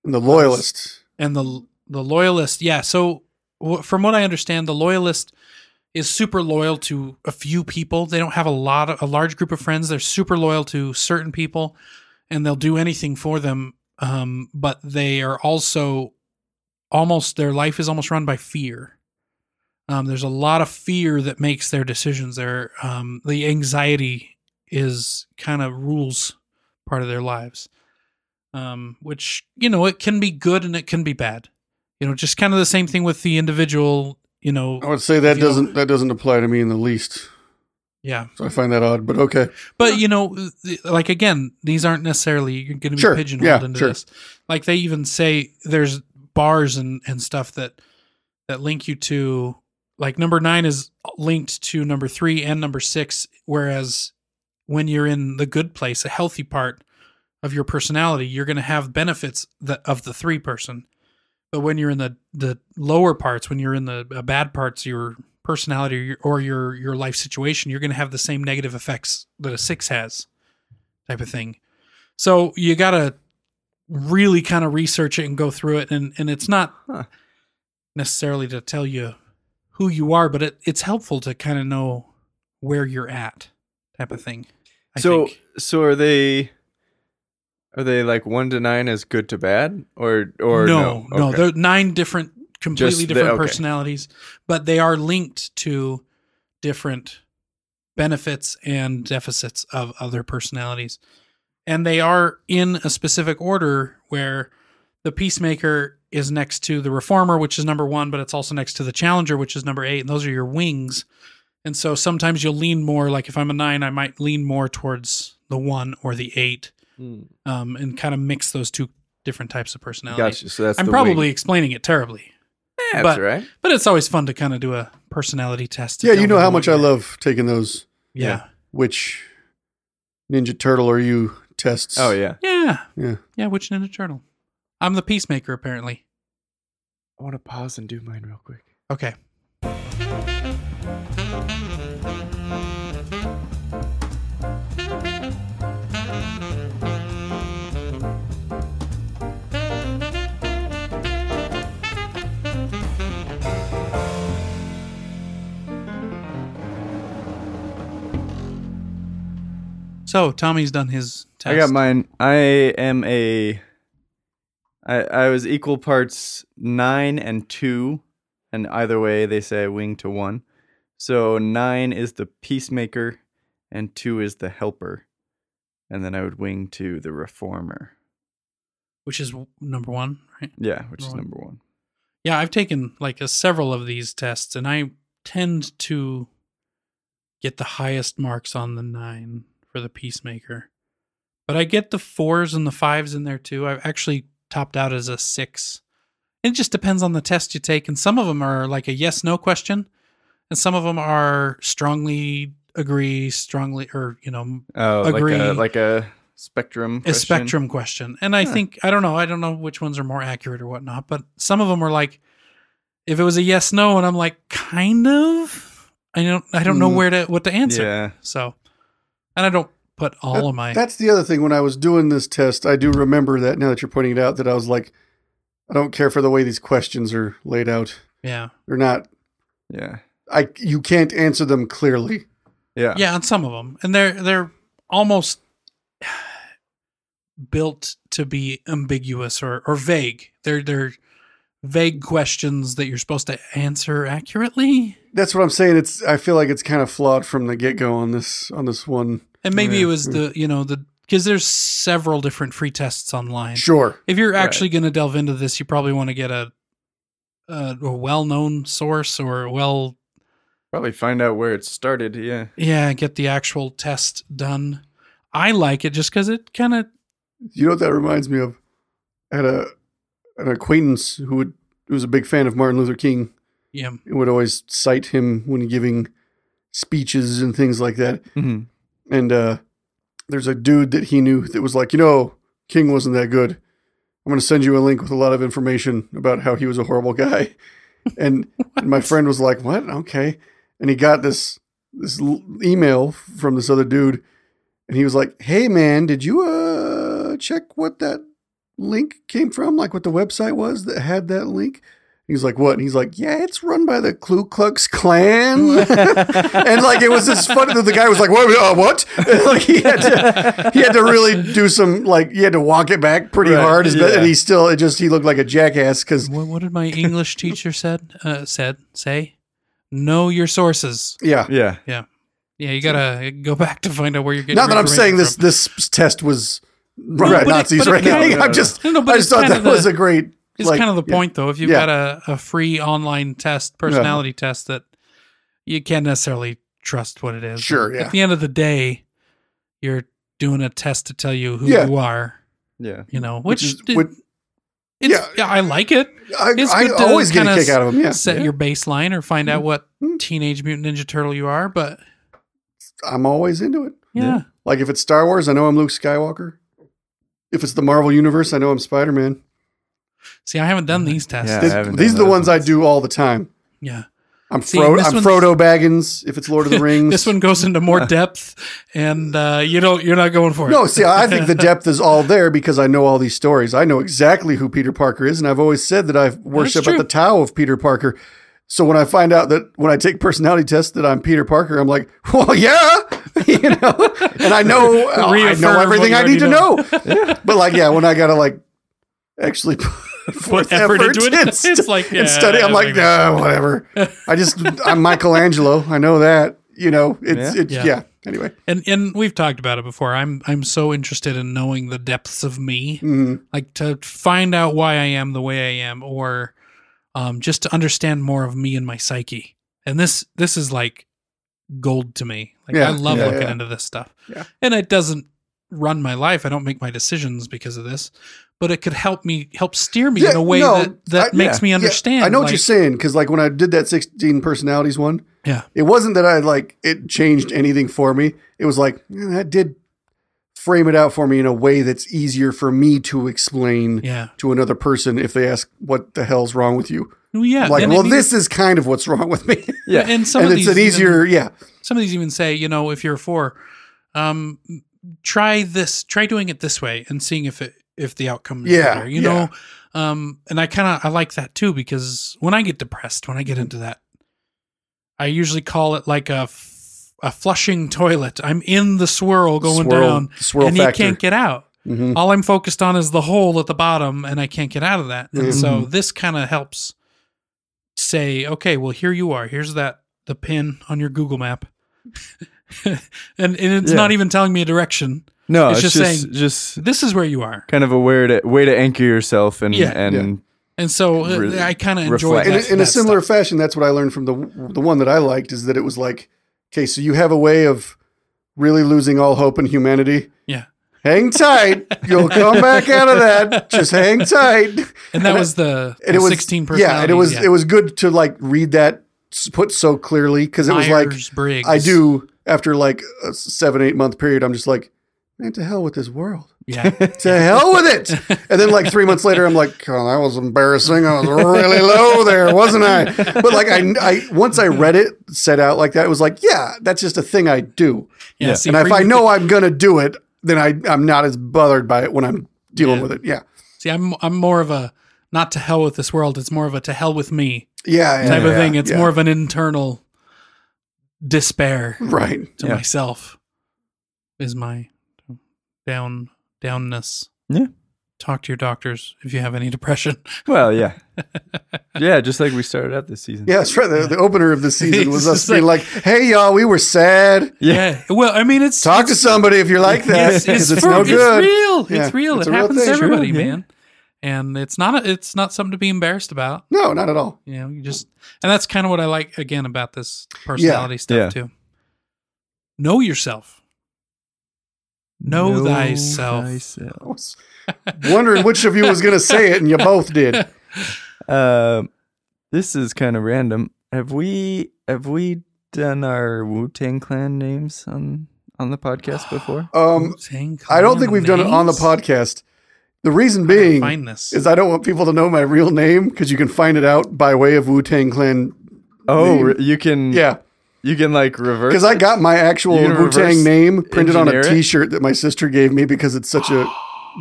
And the loyalist.
and the the loyalist yeah so w- from what i understand the loyalist is super loyal to a few people they don't have a lot of, a large group of friends they're super loyal to certain people and they'll do anything for them um, but they are also almost their life is almost run by fear um, there's a lot of fear that makes their decisions their um, the anxiety is kind of rules part of their lives um, which you know it can be good and it can be bad. You know, just kind of the same thing with the individual. You know,
I would say that
If you
doesn't that doesn't apply to me in the least.
yeah.
So I find that odd, but okay.
But you know, th- like again, these aren't necessarily you're going to be
Sure,
pigeonholed
yeah,
into
sure.
this. Like they even say there's bars and and stuff that that link you to like number nine is linked to number three and number six, whereas when you're in the good place, a healthy part of your personality, you're going to have benefits that, of the three person. But when you're in the the lower parts, when you're in the uh, bad parts, of your personality or your, or your your life situation, you're going to have the same negative effects that a six has, type of thing. So you got to really kind of research it and go through it, and and it's not
Huh.
necessarily to tell you who you are, but it, it's helpful to kind of know where you're at, type of thing. I
so
think.
so are they? Are they like one to nine as good to bad, or or
no,
no?
no,
Okay.
they're nine different, completely
Just the-
different
okay.
personalities, but they are linked to different benefits and deficits of other personalities, and they are in a specific order where the peacemaker is next to the reformer, which is number one, but it's also next to the challenger, which is number eight, and those are your wings. And so sometimes you'll lean more, like if I'm a nine, I might lean more towards the one or the eight,
Hmm.
um, and kind of mix those two different types of personalities.
Gotcha. So that's
I'm
the
probably
wing.
explaining it terribly,
Yeah, that's
but-
right.
but it's always fun to kind of do a personality test. to
Yeah,
delve
you know
into
how
what
much I
you're-
love taking those
Yeah.
which Ninja Turtle are you tests.
Oh yeah.
yeah,
Yeah.
yeah. Which Ninja Turtle? I'm the peacemaker, apparently.
I want to pause and do mine real quick.
Okay. So Tommy's done his test.
I got mine. I am a. I I was equal parts nine and two, and either way they say wing to one. So nine is the peacemaker, and two is the helper, and then I would wing to the reformer.
which is w- number one, right?
Yeah, which is
Right.
number one.
Yeah, I've taken like a, several of these tests, and I tend to get the highest marks on the nine for the peacemaker. But I get the fours and the fives in there too. I've actually topped out as a six. It just depends on the test you take, and some of them are like a yes no question, and some of them are strongly agree, strongly or you know
Oh, like
Agree.
a like a spectrum.
a
Question.
spectrum question. And I
Huh.
think I don't know. I don't know which ones are more accurate or whatnot. But some of them are like, if it was a yes no, and I'm like, kind of. I don't. I don't know
Mm.
where to what to answer.
Hmm. Yeah.
So, and I don't put all of my.
That's the other thing. When I was doing this test, I do remember that now that you're pointing it out, that I was like, I don't care for the way these questions are laid out.
yeah.
They're not.
Yeah.
I you can't answer them clearly.
Yeah.
Yeah, on some of them, and they're they're almost built to be ambiguous or or vague. They're they're vague questions that you're supposed to answer accurately.
That's what I'm saying. It's I feel like it's kind of flawed from the get go on this on this one.
And maybe
Yeah.
it
Hmm.
was the you know the because there's several different free tests online.
Sure.
If you're actually going to delve into this, you probably want to get a a, a well-known source or a well
Probably find out where it started. Yeah.
yeah get the actual test done. I like it just because it kind of
You know what that reminds me of? I had a an acquaintance who would who was a big fan of Martin Luther King
yeah
and would always cite him when giving speeches and things like that.
Mm-hmm.
and uh, there's a dude that he knew that was like, you know, King wasn't that good. I'm going to send you a link with a lot of information about how he was a horrible guy. And my friend was like, what? Okay. And he got this this l- email from this other dude, and he was like, hey man, did you uh check what that link came from? Like what the website was that had that link? He's like, what? And he's like, yeah, it's run by the Ku Klux Klan. and like it was this funny that the guy was like, "What? Uh, what?" And, like he had to, he had to really do some like he had to walk it back pretty
Right,
hard, as be-
yeah.
and he still it just he looked like a jackass because
what, what did my English teacher said uh, said say know your sources.
yeah.
Yeah.
Yeah, you gotta go back to find out where you're getting.
Not that
your
I'm saying this
information
this test was run
No,
by
but it-
Nazis
but it
or anything.
kinda-
I'm just
from. No, no, but
I just
it's
thought
kind
that
of
was
the-
a great
It's
like,
kind of the
yeah.
point, though. If you've
Yeah.
got a, a free online test, personality test, that you can't necessarily trust what it is.
Sure, yeah.
At the end of the day, you're doing a test to tell you who
Yeah.
you are.
Yeah.
You know,
Which
which,
is-
did-
which-
it's,
yeah.
yeah. I like it.
I,
It's
I
good to
always get a
kinda
kick out of him. Yeah,
Set
Yeah.
your baseline or find out what
Mm.
Teenage Mutant Ninja Turtle you are. But
I'm always into it.
yeah,
Yeah.
Like if it's Star Wars, I know I'm Luke Skywalker. If it's the Marvel universe, I know I'm Spider Man.
see, I haven't done these tests.
Yeah. I
These
haven't done
these are the
those
ones I
ones.
do all the time.
yeah.
I'm
See,
Frodo.
this
I'm
one's-
Frodo Baggins. If it's Lord of the Rings,
This one goes into more depth, and uh, you don't. You're not going for it.
No, see, I think the depth is all there because I know all these stories. I know exactly who Peter Parker is, and I've always said that I worship at
true.
the Tao of Peter Parker. So when I find out that when I take personality tests that I'm Peter Parker, I'm like, well, yeah, you know, and I know oh, I
Reaffirm
know
what
everything
you
I need to know.
already
But like, yeah, when I gotta like actually put, forth
effort into it,
and
it's
stu-
like,
and
yeah,
study, I'm
I
like,
think that's-
nah, whatever. I just I'm Michelangelo. I know that. You know, it's
Yeah.
it's
Yeah.
yeah. Anyway,
and and we've talked about it before. I'm I'm so interested in knowing the depths of me,
Mhm.
like to find out why I am the way I am, or um, just to understand more of me and my psyche. And this this is like gold to me. Like
Yeah,
I love
yeah,
looking
yeah.
into this stuff.
Yeah.
And it doesn't run my life. I don't make my decisions because of this, but it could help me help steer me in
Yeah,
a way
no,
that that
I-
makes
yeah,
me
Yeah,
understand.
I know what
like-
you're saying because, like, when I did that 16 personalities one,
Yeah.
it wasn't that I like it changed anything for me. It was like eh, that did frame it out for me in a way that's easier for me to explain
Yeah.
to another person if they ask what the hell's wrong with you.
Well, yeah.
Like,
and
well,
it
this is kind of what's wrong with me,
Yeah.
even- and some
and
of
it's
these
an
even-
easier, yeah,
some of these even say, you know, if you're a four, um, try this, try doing it this way and seeing if it, if the outcome is
Yeah,
better, you
yeah.
know? Um, and I kind of, I like that too, because when I get depressed, when I get into that, I usually call it like a, f- a flushing toilet. I'm in the swirl going
swirl,
down
swirl
and
factor.
you can't get out.
Mhm.
All I'm focused on is the hole at the bottom and I can't get out of that. And so
Mm-hmm.
this kind of helps say, okay, well, here you are. Here's that, the pin on your Google map. and, and it's
Yeah.
not even telling me a direction.
No,
It's
it's,
just
just just,
saying- This is where you are.
kind of a way to way to anchor yourself and
Yeah.
and
And so uh,
Really
I kind of enjoy
reflect.
in, a,
that.
in a
that
similar
stuff.
fashion, that's what I learned from the the one that I liked is that it was like, okay, so you have a way of really losing all hope in humanity.
Yeah.
Hang tight, you'll come back out of that. Just hang tight.
And that
and it-
was the,
And it was
16
yeah, and it was it was good to like read that s- put so clearly because it was like
Briggs.
I do after like a seven eight month period. I'm just like, man, to hell with this world.
Yeah.
to hell with it. And then like three months later, I'm like, oh, that was embarrassing. I was really low there, wasn't I? But like I, I once I read it set out like that, it was like, yeah, that's just a thing I do.
Yeah.
Yeah.
see,
and if I
Friedman-
know I'm gonna do it, then I, I'm not as bothered by it when I'm dealing
Yeah.
with it. Yeah.
See, I'm I'm more of a not to hell with this world. It's more of a to hell with me
Yeah. yeah,
type of
yeah,
thing. It's
yeah.
more of an internal despair
right.
to
Yeah.
myself. Is my down downness.
Yeah.
Talk to your doctors if you have any depression.
well, yeah, yeah, just like we started out this season.
Yeah, that's right. The, the opener of the season was
It's
us being like, "Hey, y'all, we were sad.
Yeah. Well, I mean, it's
Talk to somebody if you're like that,
it's,
because
it's,
it's,
for-
no
it's
good."
real.
Yeah,
It's real.
it's
it
a real
happens to
thing. Sure,
everybody,
yeah.
man. And it's not a, it's not something to be embarrassed about.
No, not at all.
You know, you just and that's kind of what I like again about this personality stuff
Yeah.
too. Know yourself. Know thyself.
I was wondering which of you was going to say it, and you both did.
Um, this is kind of random. Have we have we done our Wu Tang Clan names on on the podcast before?
Um,
Wu-Tang
I don't
Clan
think we've done it on the
names?
podcast. The reason
I gotta
being
find this.
is I don't want people to know my real name because you can find it out by way of Wu Tang Clan.
Oh,
Name.
re- you can
Yeah,
you can like reverse.
because I got my actual
You can
Wu Tang
reverse
name printed on a
engineer it?
T-shirt that my sister gave me because it's such a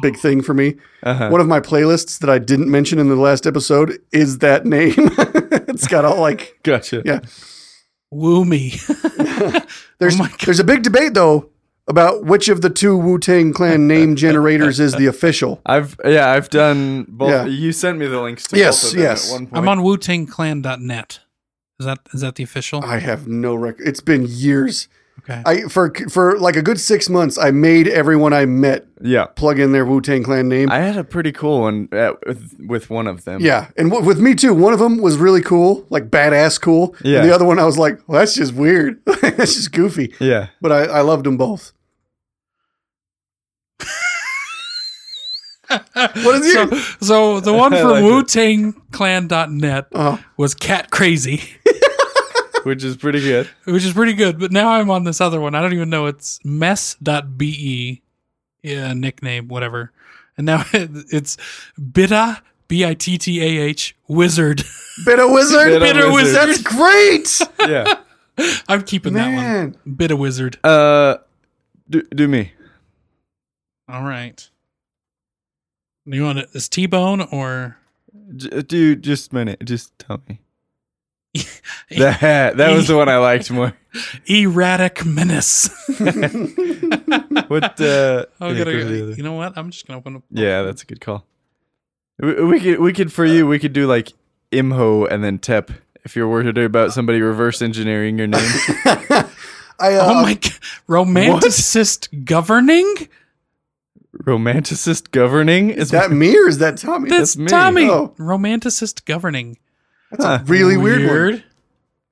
big thing for me.
Uh-huh.
One of my playlists that I didn't mention in the last episode is that name. it's got all like
gotcha.
yeah.
Woo me.
There's
Oh my God.
there's a big debate though about which of the two Wu Tang Clan name generators is the official.
I've yeah, I've done both.
Yeah.
You sent me the links to
Yes,
both of them
yes.
at one point.
I'm on WutangClan.net. Is that is that the official?
I have no record. It's been years.
Okay.
I for for like a good six months, I made everyone I met
yeah.
plug in their Wu Tang Clan name.
I had a pretty cool one at, with, with one of them.
yeah, and w- with me too. One of them was really cool, like badass cool.
Yeah.
And the other one, I was like, well, that's just weird. that's just goofy.
Yeah.
But I, I loved them both. what is
so,
it?
so the one
I
from
like it.
WutangClan.net
Uh,
was Cat Crazy,
Which is pretty good.
which is pretty good. But now I'm on this other one. I don't even know. It's mess.be, E, yeah, nickname, whatever. And now it's Bitta, B I T T A H, Wizard.
Bitter Wizard.
Bitter
Bitter Wizard.
That's great,
Yeah.
I'm keeping that
man.
one. Bitta Wizard.
uh, do, do me.
All right. You want it? Is T Bone or.
J- do just minute. Just tell me. that that was the one I liked more.
Erratic Menace.
What? Uh,
Oh,
yeah,
gotta,
go Uh, to the other.
you know what? I'm just gonna open up.
Yeah, that's a good call. We, we could we could for you we could do like Imho and then Tep if you're worried about somebody reverse engineering your name.
I, uh,
oh my! g- Romanticist governing.
Romanticist governing is
is that me or is that Tommy?
That's
me.
Tommy.
Oh.
Romanticist governing.
That's a really weird, one.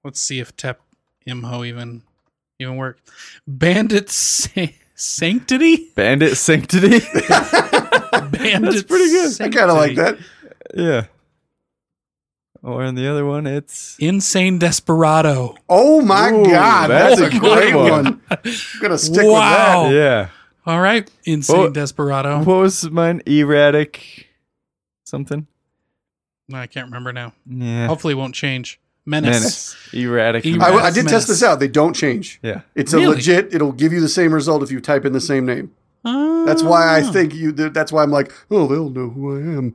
Let's see if Tep Imho even even work. Bandit sa- sanctity.
bandit sanctity.
Bandit
pretty good. I
I kind of like
sanctity.
that.
yeah. Or in the other one, it's
Insane desperado.
Oh my
Ooh,
god, that's,
that's
a
a
great
good
one.
one.
I'm gonna stick with
Wow.
yeah.
All right, insane
Well-
desperado.
What was mine? Erratic, something.
No, I can't remember now.
Yeah.
Oh,
Hopefully, it won't change. Menace.
menace. Erratic.
that. I, I
Mass,
did
mass.
test this out. They don't change.
yeah.
It's a
Really?
legit. It'll give you the same result if you type in the same name. That's why I
Ah.
think you. That's why I'm like, oh, they'll know who I am,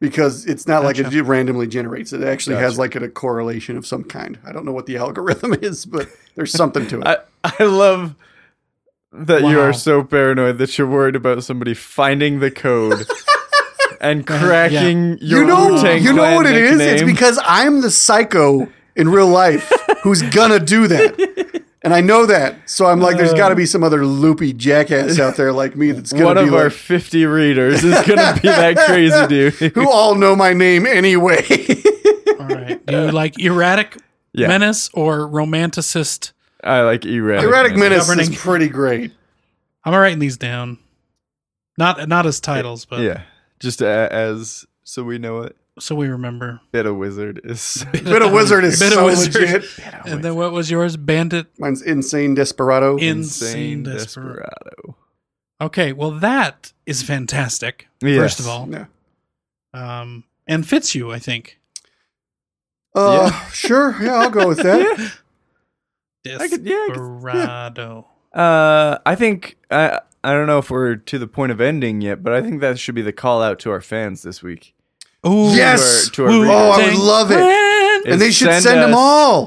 because it's not like it randomly generates. It actually has
Gotcha.
like a, correlation of some kind. I don't know what the algorithm is, but there's something to it.
I I love that you
Wow.
are so paranoid that you're worried about somebody finding the code and cracking your
you know,
Wu-Tang
you know
Clan
what it is. It's
nickname.
because I'm the psycho in real life who's gonna do that. And I know that. So I'm like, there's got to be some other loopy jackass out there like me that's going
One
to be
of our
like,
50 readers is going to be that crazy dude.
who all know my name anyway.
All right. Do you like erratic
Yeah.
menace or romanticist?
I like erratic.
Erratic Menace
Governing.
is pretty great.
I'm writing these down. Not not as titles, but
Yeah. Just a, as so we know it.
so we remember.
Bit of Wizard is.
Bit of Wizard is
Bit of
so
Wizard.
legit.
And then what was yours? Bandit
Mine's Insane Desperado.
Insane Desperate. Okay, well that is fantastic. First
Yes.
of all,
yeah.
um, and fits you, I think.
Uh, Sure. Yeah, I'll go with that.
I could- yeah, I could-
Desperado.
Uh, I think I I don't know if we're to the point of ending yet, but I think that should be the call out to our fans this week.
Ooh,
Yes.
To our
Wu-Tang
Oh, I would love it.
Clan.
And they
Is
should
send
send, them
us-
all.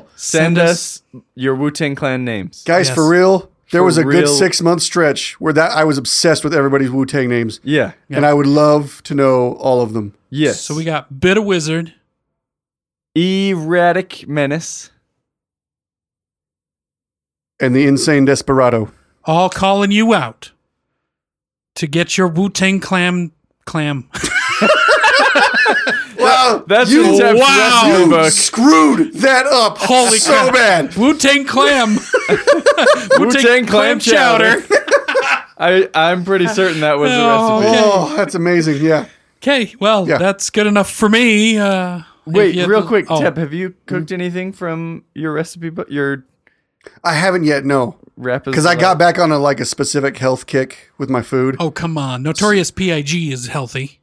Send
Send us your Wu Tang Clan names.
Guys,
Yes.
for real, there
For
was a good
real.
six month stretch where that I was obsessed with everybody's Wu Tang names,
Yeah.
Yeah.
and I would love to know all of them.
Yes.
So we got Bit of Wizard,
erratic menace.
And the insane desperado.
all calling you out to get your Wu Tang Clan clam.
Wow,
That's
you,
an adept
wow.
you
recipe book.
screwed that up
Holy
so
crap.
bad.
Wu Tang Clam.
Wu Tang Clan Chowder. I I'm pretty certain that was
Oh.
the recipe.
Okay.
Oh, that's amazing. Yeah,
Okay, well,
Yeah.
that's good enough for me. Uh, if
Wait,
you-
real quick,
oh,
Tep, have you cooked anything from your recipe book? Your
I haven't yet. No,
rap
because I got back on a like a specific health kick with my food.
Oh, come on. Notorious P.I.G. is healthy.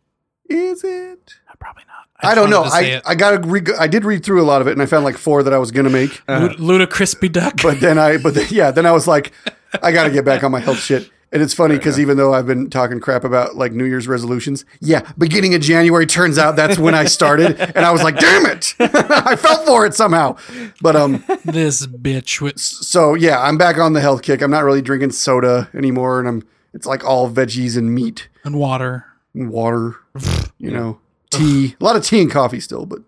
Is it?
Probably not.
I,
just
don't know.
wanted to say
I
it.
I got to re- I did read through a lot of it, and I found like four that I was gonna make.
Lud- Luda Crispy Duck.
but then I, but then, yeah, then I was like, I got to get back on my health shit. And it's funny because even though I've been talking crap about like New Year's resolutions, yeah, beginning of January turns out that's when I started, and I was like, damn it, I fell for it somehow. But um,
this bitch with
so yeah, I'm back on the health kick. I'm not really drinking soda anymore, and I'm it's like all veggies and meat
and water.
and water, you know, tea, a lot of tea and coffee still. But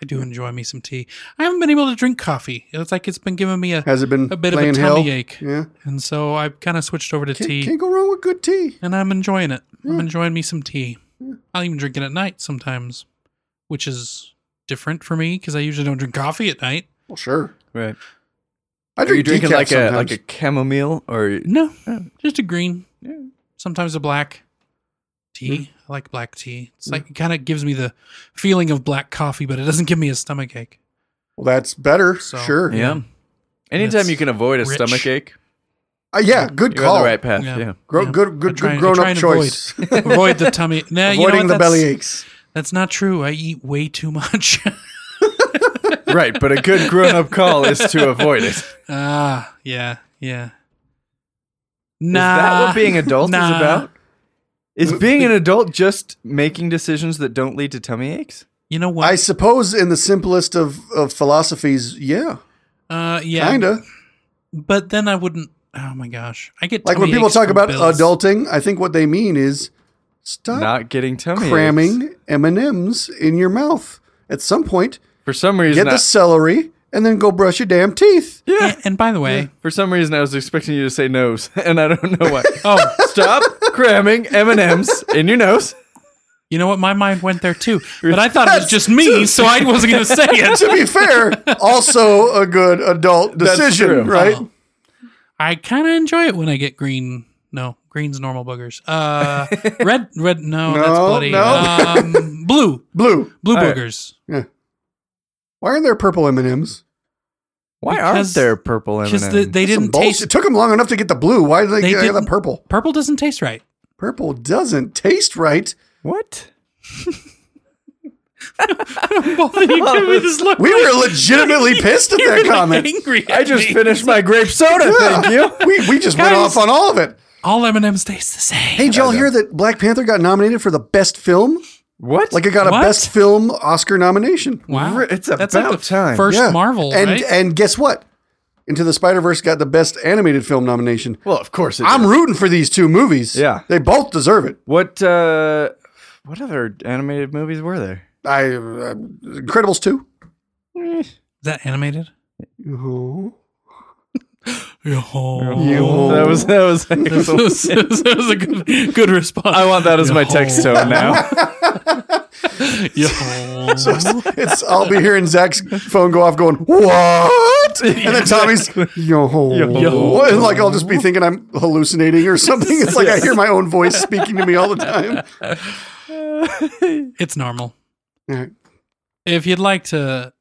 I do enjoy me some tea. I haven't been able to drink coffee. It's like it's been giving me a,
has it been
a bit of a
playing
tummy
hell?
ache.
Yeah,
And so I've kind of switched over to tea
can't go wrong with good tea.
and I'm enjoying it.
Hmm.
I'm enjoying me some tea. I'll even drink it at night sometimes, which is different for me because I usually don't drink coffee at night.
Well, sure.
Right.
I
Are you
drink
drinking
decaf
like a
sometimes.
like a chamomile or
No, just a green. Sometimes a black tea.
Hmm.
I like black tea. It's like it kind of gives me the feeling of black coffee, but it doesn't give me a stomach ache.
Well, that's better.
So-
sure. Yeah.
yeah? Anytime you can avoid a
Rich.
stomach ache,
Uh, yeah. Good
you're
call.
on the right path.
Yeah.
Yeah.
Gro-
Yeah.
Good,
I
good, good
try- I
grown
try
up
and
choice.
Avoid the tummy. Nah, you know
Avoiding
what?
the belly
That's-
aches.
That's not true. I eat way too much.
right, but a good grown-up call is to avoid it.
ah, yeah, yeah.
Is
Nah.
that what being adult is
Nah.
about? Is being an adult just making decisions that don't lead to tummy aches?
You know
I
what?
suppose in the simplest of, of philosophies, yeah,
uh, yeah.
kinda.
But then I wouldn't. Oh my gosh, I get
Like when
tummy
people
aches
talk
from
about
bills.
adulting, I think what they mean is stop
Not getting tummy aches.
cramming M and M's in your mouth. At some point,
For some reason,
get the celery and then go brush your damn teeth.
I, yeah.
Yeah, and by the way,
For some reason, I was expecting you to say nose, and I don't know why.
oh,
Stop cramming M and M's in your nose.
You know what? My mind went there too, but I thought it was just me, so I wasn't going to say it.
to be fair, also a good adult
That's
decision,
true.
right?
I kind of enjoy it when I get green. No, green's normal boogers. Uh, red, red. No,
No,
that's bloody.
no.
Um, blue,
Blue.
blue
All right.
boogers.
Yeah. Why aren't there purple M and M's?
Why
Because-
aren't there purple M and
Because
M's?
the, they
Some
didn't
bullshit.
taste.
It took them long enough to get the blue. Why did they,
They
get the
didn't-
purple?
Purple doesn't taste right.
Purple doesn't taste right.
what?
Both of you give me this look.
We were legitimately pissed at that
You're
comment.
Angry at
I just
me.
finished my grape soda. Thank you.
We, we just went off
Guys.
on all of it.
All M and M's taste the same.
Hey, did y'all hear that Black Panther got nominated for the best film?
What?
Like it got a
What?
best film Oscar nomination.
wow,
it's
that's like
about
the
time.
First
Yeah.
Marvel,
And
right?
and guess what? Into the Spider Verse got the best animated film nomination.
well, of course. It
I'm
is.
rooting for these two movies.
Yeah.
they both deserve it.
What? uh What other animated movies were there?
I uh, Incredibles two.
Is that animated? Yo.
That was that was.
that was, that was a good, good response.
I want that as my text tone now.
Yo.
It's I'll be hearing Zach's phone go off, going what? And then Tommy's yo,
Yo.
yo. And like I'll just be thinking I'm hallucinating or something. It's like I hear my own voice speaking to me all the time.
it's normal.
All right.
If you'd like to,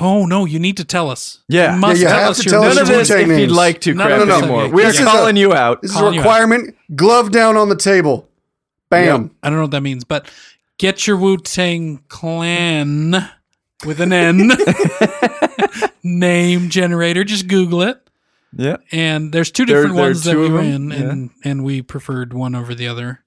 oh no, you need to tell us.
Yeah.
you must
Yeah, you
tell
have
us
to
your
tell us
None
name.
of
your
this,
Wu-Tang
if you'd
names.
like to,
No,
crap
no, no.
anymore.
Okay.
We are
This is a-
calling you out.
This is a
Calling you out.
requirement. Glove down on the table. Bam.
I don't know what that means, but get your Wu Tang Clan with an N name generator. Just Google it.
Yeah.
And there's two
There-
different
there are
ones that
two
we
of
ran,
them?
and and we preferred one over the other.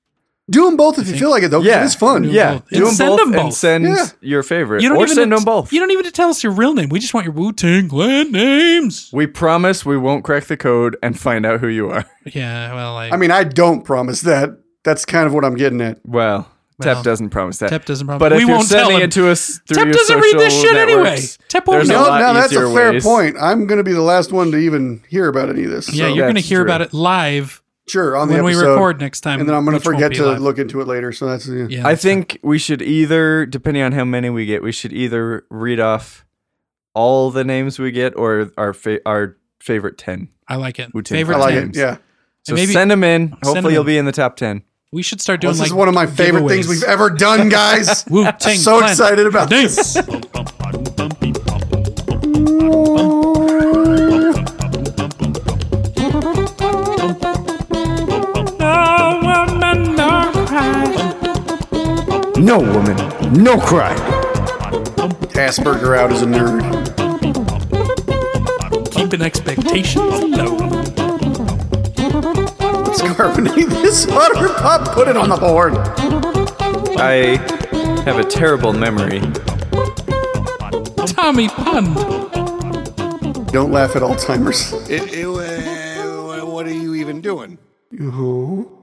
Do them both if you feel like it though.
Yeah.
Yeah. It's fun.
Do
Yeah.
both. And
them
send
both
them both.
and send
Yeah.
your favorite.
You
or send
need to-
them both.
You don't even need to tell us your real name. We just want your Wu Tang Clan names.
we promise we won't crack the code and find out who you are.
Yeah. Well, I,
I mean, I don't promise that. That's kind of what I'm getting at.
Well,
Well,
Tep doesn't promise that.
Tep doesn't promise-
But if
we
you're
won't tell
sending
him.
it to us through
Tep
your
doesn't read this
social
shit anyway.
networks,
Tep won't
there's a
know.
No,
lot
no, that's a
easier
fair
ways.
point. I'm going to be the last one to even hear about any of this.
yeah,
so-
you're going to
That's
hear
true.
about it live
sure. On the
when we
episode,
record next time,
and then I'm going to
which won't
forget
be
to
live.
look into it later. So that's yeah.
Yeah,
I
that's
think we should either, depending on how many we get, we should either read off all the names we get or our fa- our favorite ten.
fine. I like it.
Wu-Tang
Favorite
I
Clan.
like
ten.
it. Yeah,
So
maybe-
send them in.
them
Hopefully, you'll
in.
be in the top ten.
We should start doing
this
like
is one of my favorite things we've ever done, guys.
Wu Tang.
so excited about this.
No woman, no cry.
Asperger out as a nerd.
Keeping expectations low.
Let's carbonate this butter pop. Put it on the board.
I have a terrible memory.
Tommy Pond.
Don't laugh at Alzheimer's.
It, it, uh, what are you even doing?
Yo.